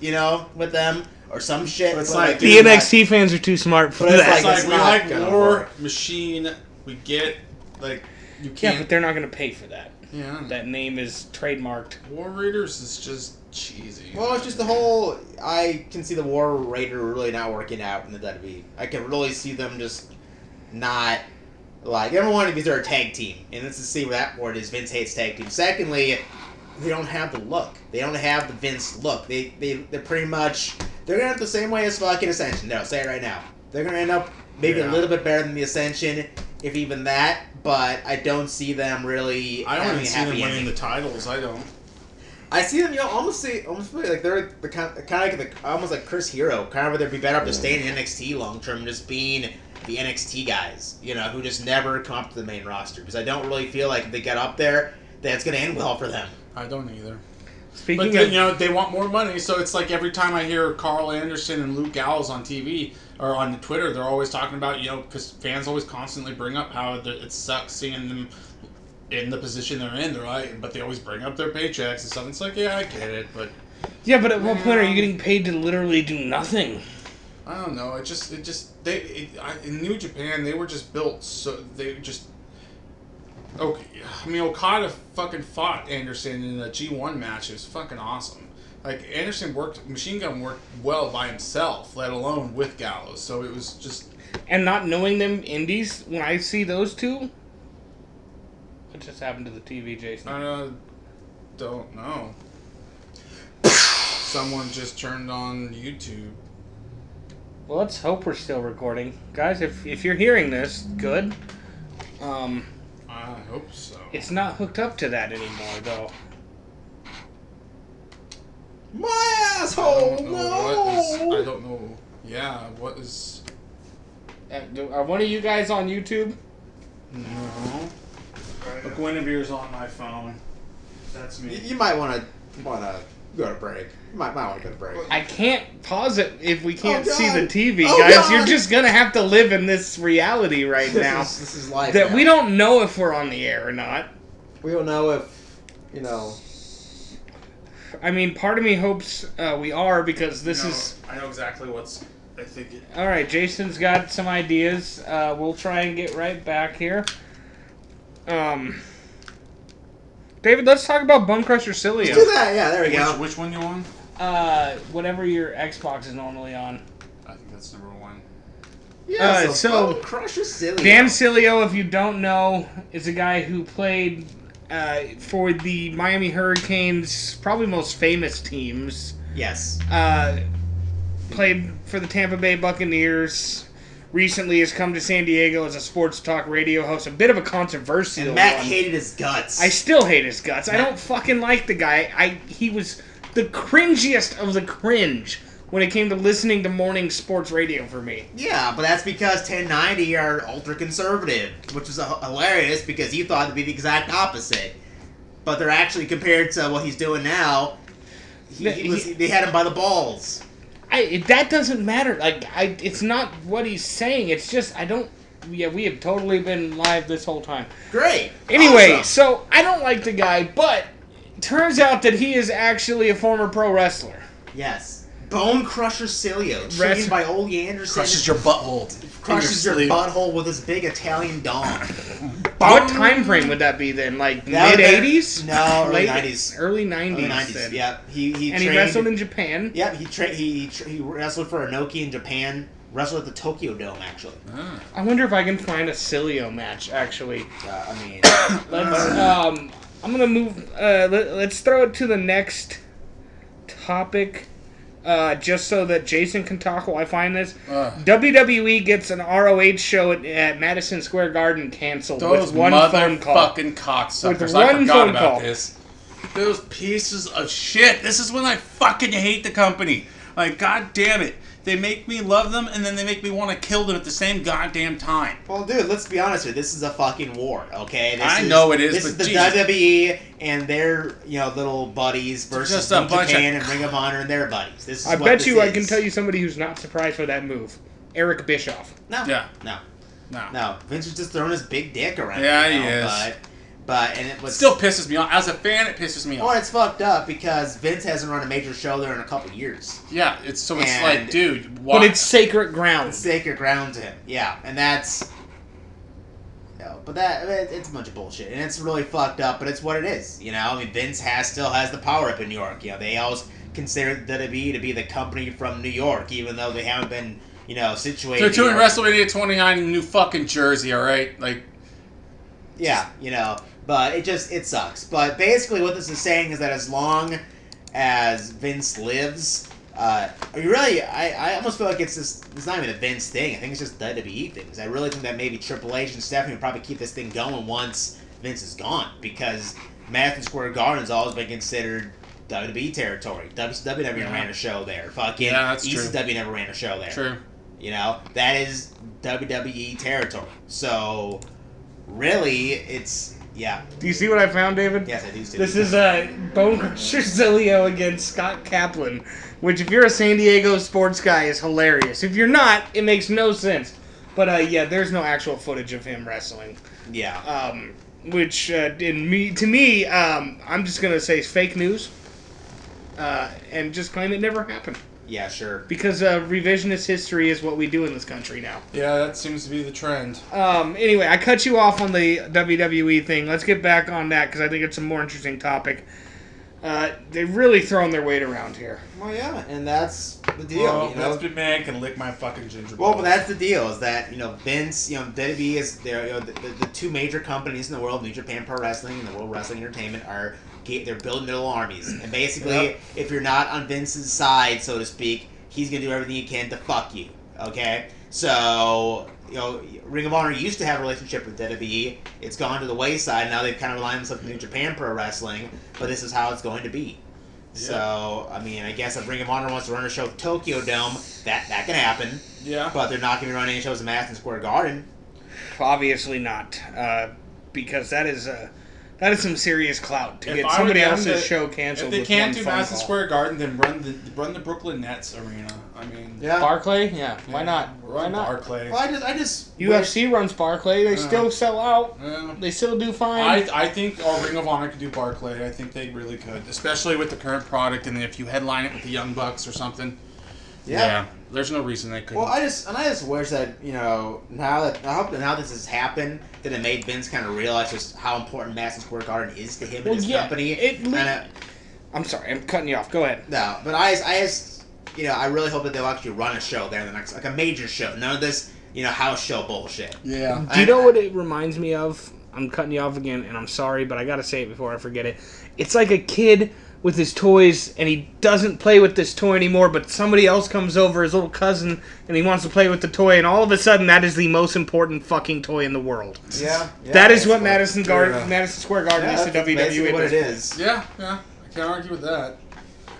Speaker 2: you know, with them or some shit.
Speaker 3: But it's
Speaker 2: But,
Speaker 3: like,
Speaker 1: The
Speaker 3: Dude,
Speaker 1: NXT fans are too smart for
Speaker 2: But it's
Speaker 1: that.
Speaker 3: It's like
Speaker 2: it's
Speaker 3: we
Speaker 2: not
Speaker 3: like
Speaker 2: gonna
Speaker 3: War
Speaker 2: work.
Speaker 3: Machine. We get like
Speaker 1: yeah,
Speaker 3: you
Speaker 1: but
Speaker 3: can't.
Speaker 1: they're not going to pay for that.
Speaker 3: Yeah.
Speaker 1: That name is trademarked.
Speaker 3: War Raiders is just cheesy.
Speaker 2: Well, it's just the whole. I can see the War Raider really not working out in the WWE. I can really see them just not like everyone of these are a tag team, and let's just see where that word is. Vince hates tag team. Secondly, they don't have the look. They don't have the Vince look. They they they're pretty much they're gonna end up the same way as fucking Ascension. No, say it right now. They're gonna end up maybe
Speaker 3: Yeah.
Speaker 2: a little bit better than the Ascension, if even that. But I don't see them really.
Speaker 3: I don't
Speaker 2: having a
Speaker 3: even see
Speaker 2: happy
Speaker 3: them
Speaker 2: ending.
Speaker 3: winning the titles. I don't.
Speaker 2: I see them, you know, almost see, almost feel like they're the kind, kind of like the, almost like Chris Hero, kind of where they'd be better off to stay in NXT long term, and just being the NXT guys, you know, who just never come up to the main roster. Because I don't really feel like if they get up there, that's going to end well for them.
Speaker 3: I don't either.
Speaker 1: Speaking
Speaker 3: But then,
Speaker 1: of,
Speaker 3: you know, they want more money, so it's like every time I hear Carl Anderson and Luke Gallows on TV or on Twitter, they're always talking about, you know, because fans always constantly bring up how the- it sucks seeing them in the position they're in, they're right? But they always bring up their paychecks and stuff. It's like, yeah, I get it, but
Speaker 1: yeah, but at what point are you getting paid to literally do nothing?
Speaker 3: I don't know. It just, it just, they, it, I, in New Japan, they were just built so they just. Okay, I mean Okada fucking fought Anderson in a G one match. It was fucking awesome. Like Anderson worked, Machine Gun worked well by himself, let alone with Gallows. So it was just
Speaker 1: And not knowing them indies, when I see those two, what just happened to the TV, Jason?
Speaker 3: I uh, don't know. Someone just turned on YouTube.
Speaker 1: Well, let's hope we're still recording, guys. If if you're hearing this, good. Um,
Speaker 3: I hope so.
Speaker 1: it's not hooked up to that anymore, though.
Speaker 2: My
Speaker 3: I
Speaker 2: asshole,
Speaker 3: don't know Oh, what is.
Speaker 2: Oh, no!
Speaker 3: I don't know. Yeah, what is?
Speaker 1: Uh, do- Are one of you guys on YouTube?
Speaker 3: No.
Speaker 1: Mm-hmm.
Speaker 3: But Guinevere's on my phone. That's
Speaker 2: Y-
Speaker 3: me.
Speaker 2: you might want to want to go to break. You might, might want to go to break.
Speaker 1: I can't pause it if we can't
Speaker 2: Oh,
Speaker 1: see the
Speaker 2: God.
Speaker 1: TV,
Speaker 2: Oh,
Speaker 1: guys.
Speaker 2: God.
Speaker 1: You're just gonna have to live in this reality right
Speaker 2: This
Speaker 1: now.
Speaker 2: is, this is life.
Speaker 1: That
Speaker 2: now.
Speaker 1: we don't know if we're on the air or not.
Speaker 2: we don't know if you know.
Speaker 1: I mean, part of me hopes uh, we are because this
Speaker 3: No,
Speaker 1: is
Speaker 3: I know exactly what's. I think. It,
Speaker 1: all right. Jason's got some ideas. Uh, we'll try and get right back here. Um, David, let's talk about Bum Crusher
Speaker 2: Let's
Speaker 1: Cilio.
Speaker 2: do that. Yeah, there we
Speaker 3: which,
Speaker 2: go.
Speaker 3: which one you on?
Speaker 1: Uh, whatever your Xbox is normally on.
Speaker 3: I think that's number one.
Speaker 2: Yeah,
Speaker 1: Uh, so-
Speaker 2: Bone Crusher silly.
Speaker 1: Dan Cilio, if you don't know, is a guy who played uh, for the Miami Hurricanes, probably most famous teams.
Speaker 2: Yes.
Speaker 1: Uh, played for the Tampa Bay Buccaneers. Recently has come to San Diego as a sports talk radio host. A bit of a controversial
Speaker 2: And Matt
Speaker 1: one.
Speaker 2: hated his guts.
Speaker 1: I still hate his guts. I don't fucking like the guy. I he was the cringiest of the cringe when it came to listening to morning sports radio for me.
Speaker 2: yeah, but that's because 1090 are ultra conservative, which is h- hilarious because you thought it'd be the exact opposite. But they're actually compared to what he's doing now. He,
Speaker 1: The-
Speaker 2: he was,
Speaker 1: he-
Speaker 2: they had him by the balls.
Speaker 1: I it- that doesn't matter. Like I, it's not what he's saying. It's just I don't. Yeah, we have totally been live this whole time.
Speaker 2: Great.
Speaker 1: Anyway,
Speaker 2: Awesome.
Speaker 1: so I don't like the guy, but turns out that he is actually a former pro wrestler.
Speaker 2: yes, Bone Crusher Cilio, trained
Speaker 1: Rest-
Speaker 2: by Ole Anderson,
Speaker 3: your butthole.
Speaker 2: crushes your butthole with his big Italian dong.
Speaker 1: What time frame would that be then? Like
Speaker 2: That
Speaker 1: mid
Speaker 2: would've been-
Speaker 1: eighties?
Speaker 2: no, early
Speaker 1: Late-
Speaker 2: 90s.
Speaker 1: Early nineties.
Speaker 2: In the 90s.
Speaker 1: then.
Speaker 2: Yep. He he
Speaker 1: And
Speaker 2: trained.
Speaker 1: he wrestled in Japan.
Speaker 2: Yep. He tra- he he tra- he wrestled for Inoki in Japan. Wrestled at the Tokyo Dome actually.
Speaker 1: I wonder if I can find a Cilio match. Actually,
Speaker 2: Uh, I mean,
Speaker 1: let's. Um, uh, I'm gonna move. Uh, let, let's throw it to the next topic. uh, just so that Jason can talk while I find this.
Speaker 3: Ugh.
Speaker 1: WWE E gets an ROH show at, at Madison Square Garden canceled
Speaker 3: Those
Speaker 1: with one phone call.
Speaker 3: motherfucking cocksuckers.
Speaker 1: With
Speaker 3: I
Speaker 1: one
Speaker 3: forgot
Speaker 1: phone
Speaker 3: about
Speaker 1: call.
Speaker 3: this. Those pieces of shit. This is when I fucking hate the company. Like, god damn it. They make me love them and then they make me want to kill them at the same goddamn time.
Speaker 2: Well, dude, let's be honest here. This is a fucking war, okay? This
Speaker 3: I know it is,
Speaker 2: This
Speaker 3: but
Speaker 2: is the
Speaker 3: Jesus.
Speaker 2: WWE and their you know little buddies versus
Speaker 3: just a
Speaker 2: New
Speaker 3: bunch
Speaker 2: Japan
Speaker 3: of-
Speaker 2: and Ring of Honor and their buddies. This is
Speaker 1: I
Speaker 2: what
Speaker 1: bet
Speaker 2: this
Speaker 1: you I
Speaker 2: is.
Speaker 1: can tell you somebody who's not surprised by that move. Eric Bischoff.
Speaker 2: No,
Speaker 3: Yeah.
Speaker 2: no,
Speaker 3: No.
Speaker 2: no. Vince is just throwing his big dick around.
Speaker 3: Yeah,
Speaker 2: you
Speaker 3: he
Speaker 2: know,
Speaker 3: is.
Speaker 2: But, but and it
Speaker 3: It
Speaker 2: was
Speaker 3: still pisses me off. As a fan, it pisses me
Speaker 2: Well,
Speaker 3: off.
Speaker 2: it's fucked up because Vince hasn't run a major show there in a couple years.
Speaker 3: Yeah, it's so it's
Speaker 2: And-
Speaker 3: like, dude, why?
Speaker 1: But it's sacred ground.
Speaker 2: sacred ground to him. Yeah, and that's. No, but that it- it's a bunch of bullshit, and it's really fucked up. But it's what it is, you know. I mean, Vince has still has the power up in New York. You know, they always consider the WWE to be the company from New York, even though they haven't been, you know, situated.
Speaker 3: They're
Speaker 2: in New
Speaker 3: doing
Speaker 2: York.
Speaker 3: WrestleMania 29 in New fucking Jersey, all right? Like,
Speaker 2: Yeah, you know, but it just it sucks. But basically, what this is saying is that as long as Vince lives, uh, I mean, really, I, I almost feel like it's just it's not even a Vince thing. I think it's just the WWE thing. 'Cause I really think that maybe Triple H and Stephanie would probably keep this thing going once Vince is gone because Madison Square Garden's always been considered. WWE territory. WCW never
Speaker 3: Yeah.
Speaker 2: ran a show there. Fucking
Speaker 3: Yeah, that's true.
Speaker 2: ECW never ran a show there.
Speaker 3: true.
Speaker 2: You know, that is WWE territory. So, really, it's, yeah.
Speaker 1: Do you see what I found, David?
Speaker 2: Yes, I do see
Speaker 1: This is uh, Bone Crusher Zilio against Scott Kaplan, which, if you're a San Diego sports guy, is hilarious. If you're not, it makes no sense. But uh, yeah, there's no actual footage of him wrestling.
Speaker 2: Yeah. uh,
Speaker 1: Um, which, uh, in me, to me, um, I'm just going to say it's fake news uh, and just claim it never happened.
Speaker 2: Yeah, sure.
Speaker 1: Because uh, revisionist history is what we do in this country now.
Speaker 4: Yeah, that seems to be the trend.
Speaker 1: Um, anyway, I cut you off on the WWE thing. Let's get back on that because I think it's a more interesting topic. Uh, they've really thrown their weight around here.
Speaker 2: Well, yeah, and that's the deal.
Speaker 4: Well,
Speaker 2: you know?
Speaker 4: that's big man can lick my fucking ginger.
Speaker 2: Well, but
Speaker 4: balls.
Speaker 2: that's the deal is that you know Vince, you know WWE is there. You know, the, the, the two major companies in the world, New Japan Pro Wrestling and the World Wrestling Entertainment, are ga- they're building their little armies. And basically,
Speaker 4: Yep.
Speaker 2: if you're not on Vince's side, so to speak, he's gonna do everything he can to fuck you. Okay, so you know Ring of Honor used to have a relationship with WWE. It's gone to the wayside. Now they've kind of aligned themselves with New Japan Pro Wrestling, but this is how it's going to be. So I mean, I guess if Ring of Honor wants to run a show at Tokyo Dome, that that can happen.
Speaker 4: yeah.
Speaker 2: But they're not going to be running any shows in Madison Square Garden.
Speaker 1: Obviously not, uh, because that is uh, that is some serious clout to
Speaker 4: If I
Speaker 1: get
Speaker 4: were
Speaker 1: somebody
Speaker 4: them
Speaker 1: else's
Speaker 4: to-
Speaker 1: show canceled.
Speaker 4: If they
Speaker 1: with
Speaker 4: can't
Speaker 1: one
Speaker 4: do
Speaker 1: phone
Speaker 4: Madison
Speaker 1: call.
Speaker 4: Square Garden, then run the run the Brooklyn Nets arena. I mean,
Speaker 1: Barclay, yeah, why not? Why
Speaker 4: Run
Speaker 1: not?
Speaker 4: Barclay.
Speaker 2: Well, I just, I just
Speaker 1: UFC runs Barclay. They still sell out.
Speaker 4: Yeah.
Speaker 1: They still do fine.
Speaker 4: I, I think oh, Ring of Honor could do Barclay. I think they really could.
Speaker 3: Especially with the current product, and if you headline it with the Young Bucks or something.
Speaker 2: yeah.
Speaker 3: There's no reason they couldn't.
Speaker 2: Well, I just and I just wish that you know now that I hope that now this has happened that it made Vince kind of realize just how important Madison Square Garden is to him
Speaker 1: Well,
Speaker 2: and his
Speaker 1: yeah,
Speaker 2: company.
Speaker 1: it le-
Speaker 2: and I,
Speaker 1: I'm sorry, I'm cutting you off. Go ahead.
Speaker 2: no, but I just, I just you know I really hope that they'll actually run a show there in the next like a major show. None of this you know house show bullshit.
Speaker 4: Yeah.
Speaker 1: Do you
Speaker 2: I-
Speaker 1: know what it reminds me of? I'm cutting you off again, and I'm sorry, but I gotta say it before I forget it. It's like a kid with his toys, and he doesn't play with this toy anymore, but somebody else comes over, his little cousin, and he wants to play with the toy, and all of a sudden, that is the most important fucking toy in the world.
Speaker 2: Yeah,
Speaker 1: that is what Madison E Garden,
Speaker 4: Yeah.
Speaker 1: Madison Square Garden is to WWE.
Speaker 2: What
Speaker 1: at
Speaker 2: it
Speaker 1: this
Speaker 2: is.
Speaker 4: Yeah, yeah. I can't argue with that.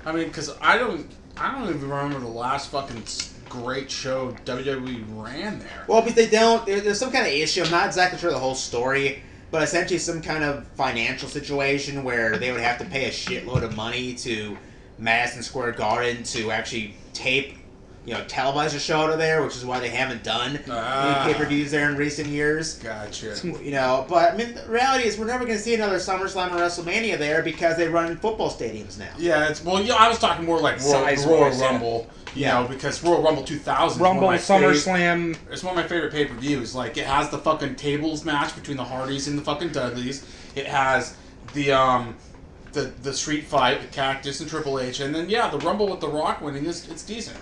Speaker 4: I mean, because I don't, I don't even remember the last fucking s- great show WWE ran there.
Speaker 2: Well, but they don't. There, there's some kind of issue. I'm not exactly sure the whole story, but essentially some kind of financial situation where they would have to pay a shitload of money to Madison Square Garden to actually tape, you know, televise a show out of there, which is why they haven't done
Speaker 4: Ah.
Speaker 2: any pay per views there in recent years.
Speaker 4: Gotcha.
Speaker 2: You know, but I mean, the reality is we're never going to see another SummerSlam or WrestleMania there because they run football stadiums now.
Speaker 4: Yeah, it's well. Yeah, I was talking more like Royal,
Speaker 1: Size
Speaker 4: Royal
Speaker 1: wise, yeah.
Speaker 4: Rumble. You
Speaker 2: Yeah.
Speaker 4: know, because Royal Rumble 2000. is
Speaker 1: Rumble,
Speaker 4: one of my fav-
Speaker 1: SummerSlam.
Speaker 4: It's one of my favorite pay per views. Like it has the fucking tables match between the Hardys and the fucking Dudleys. It has the um the the street fight with Cactus and Triple H, and then yeah, the Rumble with The Rock winning is it's decent.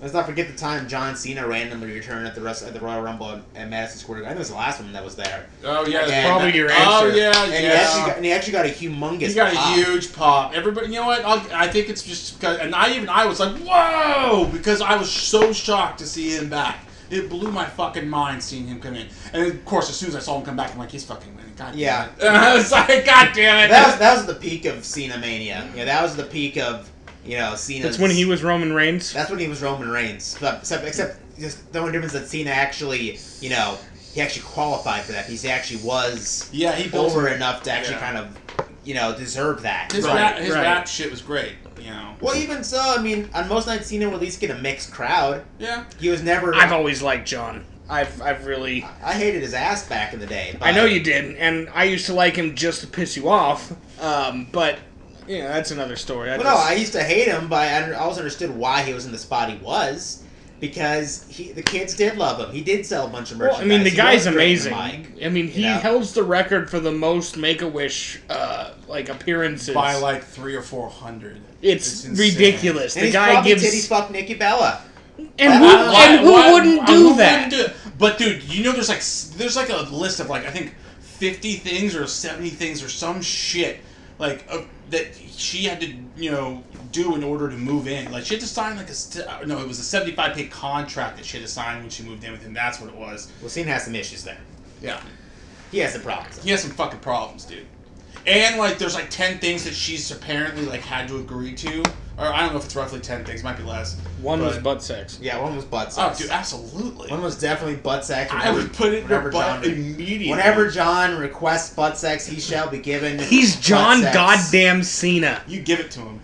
Speaker 2: Let's not forget the time John Cena randomly returned at the rest at the Royal Rumble at, at Madison Square. Garden. I think it was the last one that was there.
Speaker 3: Oh yeah,
Speaker 2: And-
Speaker 1: probably your
Speaker 3: Oh
Speaker 1: answer.
Speaker 3: yeah,
Speaker 2: And,
Speaker 3: yeah.
Speaker 2: he actually got, and he actually got a humongous.
Speaker 3: He got
Speaker 2: pop.
Speaker 3: a huge pop. Everybody, you know what? I'll, I think it's just because, and I even I was like, whoa, because I was so shocked to see him back. It blew my fucking mind seeing him come in. And of course, as soon as I saw him come back, I'm like, he's fucking winning. God damn
Speaker 2: Yeah.
Speaker 3: it. I was like, God damn it.
Speaker 2: That was that was the peak of Cena mania. Yeah, that was the peak of you know Cena.
Speaker 1: That's when he was Roman Reigns.
Speaker 2: That's when he was Roman Reigns. But- Except, except just the only difference that Cena actually, you know, he actually qualified for that. He actually was
Speaker 3: yeah, he built
Speaker 2: over enough to actually
Speaker 3: Yeah.
Speaker 2: kind of, you know, deserve that.
Speaker 3: his
Speaker 1: Right,
Speaker 3: rap. His
Speaker 1: right.
Speaker 3: rap shit was great. You know.
Speaker 2: Well, even so, I mean, on most nights Cena would at least get a mixed crowd.
Speaker 3: Yeah.
Speaker 2: He was never.
Speaker 1: I've always liked John. I've I've really
Speaker 2: I hated his ass back in the day. But
Speaker 1: I know you did, and I used to like him just to piss you off. Um, but you know that's another story. I
Speaker 2: But no,
Speaker 1: just-
Speaker 2: I used to hate him, but I under- I always understood why he was in the spot he was. Because he, the kids did love him. He did sell a bunch of
Speaker 1: Well,
Speaker 2: merchandise.
Speaker 1: I mean, the
Speaker 2: He
Speaker 1: guy's
Speaker 2: was great
Speaker 1: amazing.
Speaker 2: in the
Speaker 1: I
Speaker 2: mic.
Speaker 1: mean, he
Speaker 2: know?
Speaker 1: holds the record for the most Make a Wish uh, like appearances.
Speaker 3: By like three or four hundred.
Speaker 1: it's
Speaker 3: insane.
Speaker 1: ridiculous.
Speaker 2: And
Speaker 1: the
Speaker 2: he's
Speaker 1: guy
Speaker 2: probably
Speaker 1: gives
Speaker 2: titty fuck Nikki Bella.
Speaker 1: and who
Speaker 2: Why-
Speaker 1: and who wouldn't do
Speaker 3: who
Speaker 1: that?
Speaker 3: wouldn't do- but dude, you know, there's like s- there's like a list of like I think fifty things or seventy things or some shit like uh, that she had to you know do in order to move in. Like she had to sign like a st- uh, no, it was a seventy five page contract that she had to sign when she moved in with him. That's what it was.
Speaker 2: Well, Cena has some issues there.
Speaker 3: Yeah,
Speaker 2: He has some problems.
Speaker 3: he has some fucking problems, dude. And like, there's like ten things that she's apparently like had to agree to, or I don't know if it's roughly ten things, might be less.
Speaker 1: One was
Speaker 3: but-
Speaker 1: butt sex.
Speaker 2: Yeah, one was butt
Speaker 3: Oh,
Speaker 2: sex.
Speaker 3: dude, absolutely.
Speaker 2: one was definitely butt sex.
Speaker 3: I would put it in her
Speaker 2: whenever John,
Speaker 3: butt immediately.
Speaker 2: Whenever John requests butt sex, he shall be given.
Speaker 1: He's
Speaker 2: butt
Speaker 1: John
Speaker 2: sex.
Speaker 1: Goddamn Cena.
Speaker 3: You give it to him.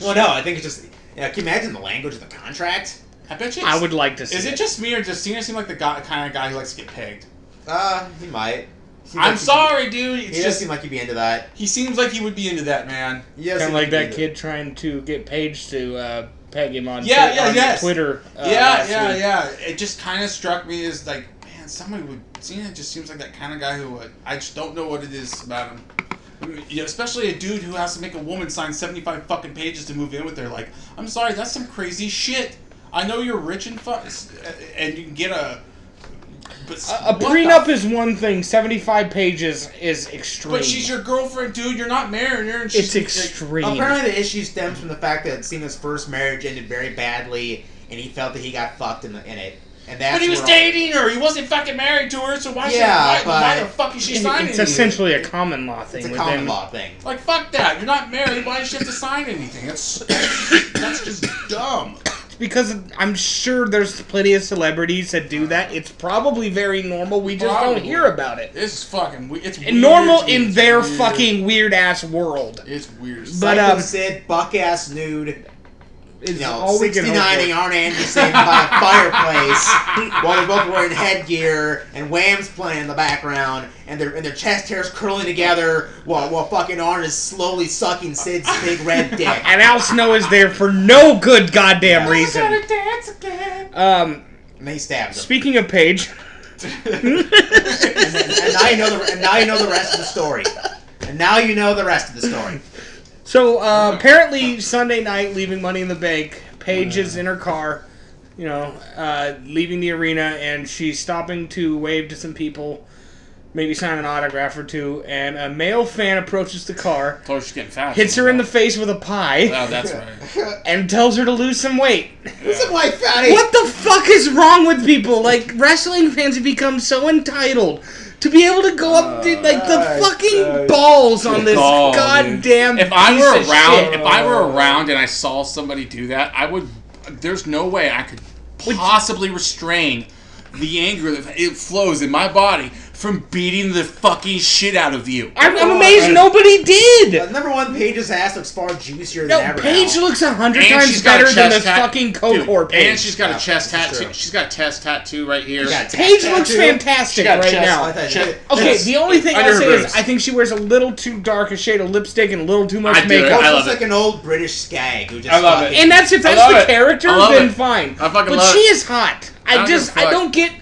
Speaker 2: Well, no, I think it's just. Yeah, can you imagine the language of the contract?
Speaker 3: I bet you.
Speaker 1: I would like to see.
Speaker 3: Is it just me or does Cena seem like the guy, kind of guy who likes to get pegged?
Speaker 2: Uh, he might. Seems like
Speaker 3: I'm
Speaker 2: he'd-
Speaker 3: sorry, dude.
Speaker 2: He
Speaker 3: It's
Speaker 2: does
Speaker 3: just
Speaker 2: seem like he'd be into that.
Speaker 3: he seems like he would be into that, man.
Speaker 2: He does
Speaker 1: kind of
Speaker 2: seem
Speaker 1: like
Speaker 2: he'd be
Speaker 1: that
Speaker 2: into-
Speaker 1: kid trying to get Paige to uh, peg him on,
Speaker 3: Yeah,
Speaker 1: Twi-
Speaker 3: yeah,
Speaker 1: on
Speaker 3: yes.
Speaker 1: Twitter? Uh,
Speaker 3: yeah,
Speaker 1: last
Speaker 3: yeah,
Speaker 1: week.
Speaker 3: yeah. It just kind of struck me as like, man, somebody would. Cena just seems like that kind of guy who would. I just don't know what it is about him. I mean, you know, especially a dude who has to make a woman sign 75 fucking pages to move in with her. Like, I'm sorry, that's some crazy shit. I know you're rich and fuck, and you can get a. But s-
Speaker 1: A, a
Speaker 3: what the
Speaker 1: prenup is one thing. Seventy-five pages is extreme.
Speaker 3: But she's your girlfriend, dude. You're not marrying her. And she's,
Speaker 1: It's extreme.
Speaker 2: Apparently, the issue stems from the fact that Cena's first marriage ended very badly, and he felt that he got fucked in, the, in it. And that's
Speaker 3: But he was
Speaker 2: where-
Speaker 3: dating her. He wasn't fucking married to her. So why?
Speaker 2: Yeah,
Speaker 3: should, why, why the
Speaker 2: but-
Speaker 3: fuck is she
Speaker 1: And
Speaker 3: signing?
Speaker 1: it's
Speaker 3: anything?
Speaker 1: essentially a common law thing
Speaker 2: It's a
Speaker 1: with
Speaker 2: common
Speaker 1: them.
Speaker 2: law thing.
Speaker 3: like fuck that. You're not married. Why does she have to sign anything? That's that's just dumb.
Speaker 1: Because I'm sure there's plenty of celebrities that do that. It's probably very normal. We just
Speaker 3: Probably.
Speaker 1: don't hear about it.
Speaker 3: This is fucking. we- It's
Speaker 1: And normal
Speaker 3: weird, dude.
Speaker 1: in
Speaker 3: It's
Speaker 1: their
Speaker 3: weird.
Speaker 1: fucking weird ass world.
Speaker 3: It's weird.
Speaker 1: But,
Speaker 2: Psycho
Speaker 1: um,
Speaker 2: Sid, buck ass nude,
Speaker 1: Is
Speaker 2: you know,
Speaker 1: all we can hope
Speaker 2: 69ing
Speaker 1: for.
Speaker 2: Arn Anderson by a fireplace while they're both wearing headgear and Wham's playing in the background and their and their chest hairs curling together while, while fucking Arn is slowly sucking Sid's big red dick.
Speaker 1: And Al Snow is there for no good goddamn reason.
Speaker 3: dance again.
Speaker 1: Um,
Speaker 2: And then he stabs him.
Speaker 1: speaking of Paige,
Speaker 2: And, and now you know the and now you know the rest of the story. And now you know the rest of the story.
Speaker 1: So uh, apparently Sunday night, leaving Money in the Bank, Paige is in her car, you know, uh, leaving the arena, and she's stopping to wave to some people, maybe sign an autograph or two, and a male fan approaches the car,
Speaker 6: Told her she's getting fat.
Speaker 1: hits her in the face with a pie,
Speaker 6: Oh, that's right.
Speaker 1: and tells her to lose some weight.
Speaker 2: It's a white fatty.
Speaker 1: What the fuck is wrong with people? Like wrestling fans have become so entitled. To be able to go up to, like the
Speaker 2: Uh,
Speaker 1: fucking
Speaker 2: uh,
Speaker 1: balls on this
Speaker 6: Gall, dude.
Speaker 1: goddamn.
Speaker 6: If I
Speaker 1: piece
Speaker 6: were
Speaker 1: of
Speaker 6: around,
Speaker 1: shit.
Speaker 6: if I were around, and I saw somebody do that, I would. There's no way I could possibly restrain the anger that it flows in my body from beating the fucking shit out of you.
Speaker 1: I'm, I'm amazed nobody
Speaker 2: Uh,
Speaker 1: did.
Speaker 2: number one, Paige's ass looks far juicier
Speaker 1: No,
Speaker 2: than ever.
Speaker 1: Paige
Speaker 2: now.
Speaker 1: looks a hundred
Speaker 6: And
Speaker 1: times
Speaker 6: she's got
Speaker 1: better
Speaker 6: a
Speaker 1: than the
Speaker 6: chest tat-
Speaker 1: fucking
Speaker 6: Dude,
Speaker 1: Coke Page.
Speaker 6: And she's got
Speaker 2: Yeah,
Speaker 6: a chest
Speaker 2: this is
Speaker 6: tattoo.
Speaker 2: true.
Speaker 6: She's got a chest tattoo right here.
Speaker 2: She got a
Speaker 1: Paige
Speaker 2: tattoo.
Speaker 1: looks
Speaker 6: She
Speaker 1: fantastic
Speaker 6: got
Speaker 1: right
Speaker 6: chest-
Speaker 2: Oh, I
Speaker 1: now.
Speaker 2: thought she
Speaker 6: Chest-
Speaker 2: did.
Speaker 1: Okay,
Speaker 6: chest
Speaker 1: the only thing I
Speaker 6: under her
Speaker 1: say is
Speaker 6: boobs.
Speaker 1: I think she wears a little too dark a shade of lipstick and a little too much
Speaker 6: I do.
Speaker 1: makeup.
Speaker 2: Paige
Speaker 6: I love
Speaker 2: looks like
Speaker 6: it.
Speaker 2: an old British skag who just
Speaker 6: I love it.
Speaker 2: fucking-
Speaker 1: And that's if
Speaker 6: I
Speaker 1: that's
Speaker 6: love
Speaker 1: the
Speaker 6: it.
Speaker 1: character,
Speaker 6: I love
Speaker 1: then
Speaker 6: it.
Speaker 1: fine.
Speaker 6: I fucking
Speaker 1: but
Speaker 6: love
Speaker 1: she
Speaker 6: it.
Speaker 1: is hot. I,
Speaker 6: I don't
Speaker 1: just
Speaker 6: give a
Speaker 1: I
Speaker 6: fuck.
Speaker 1: don't get.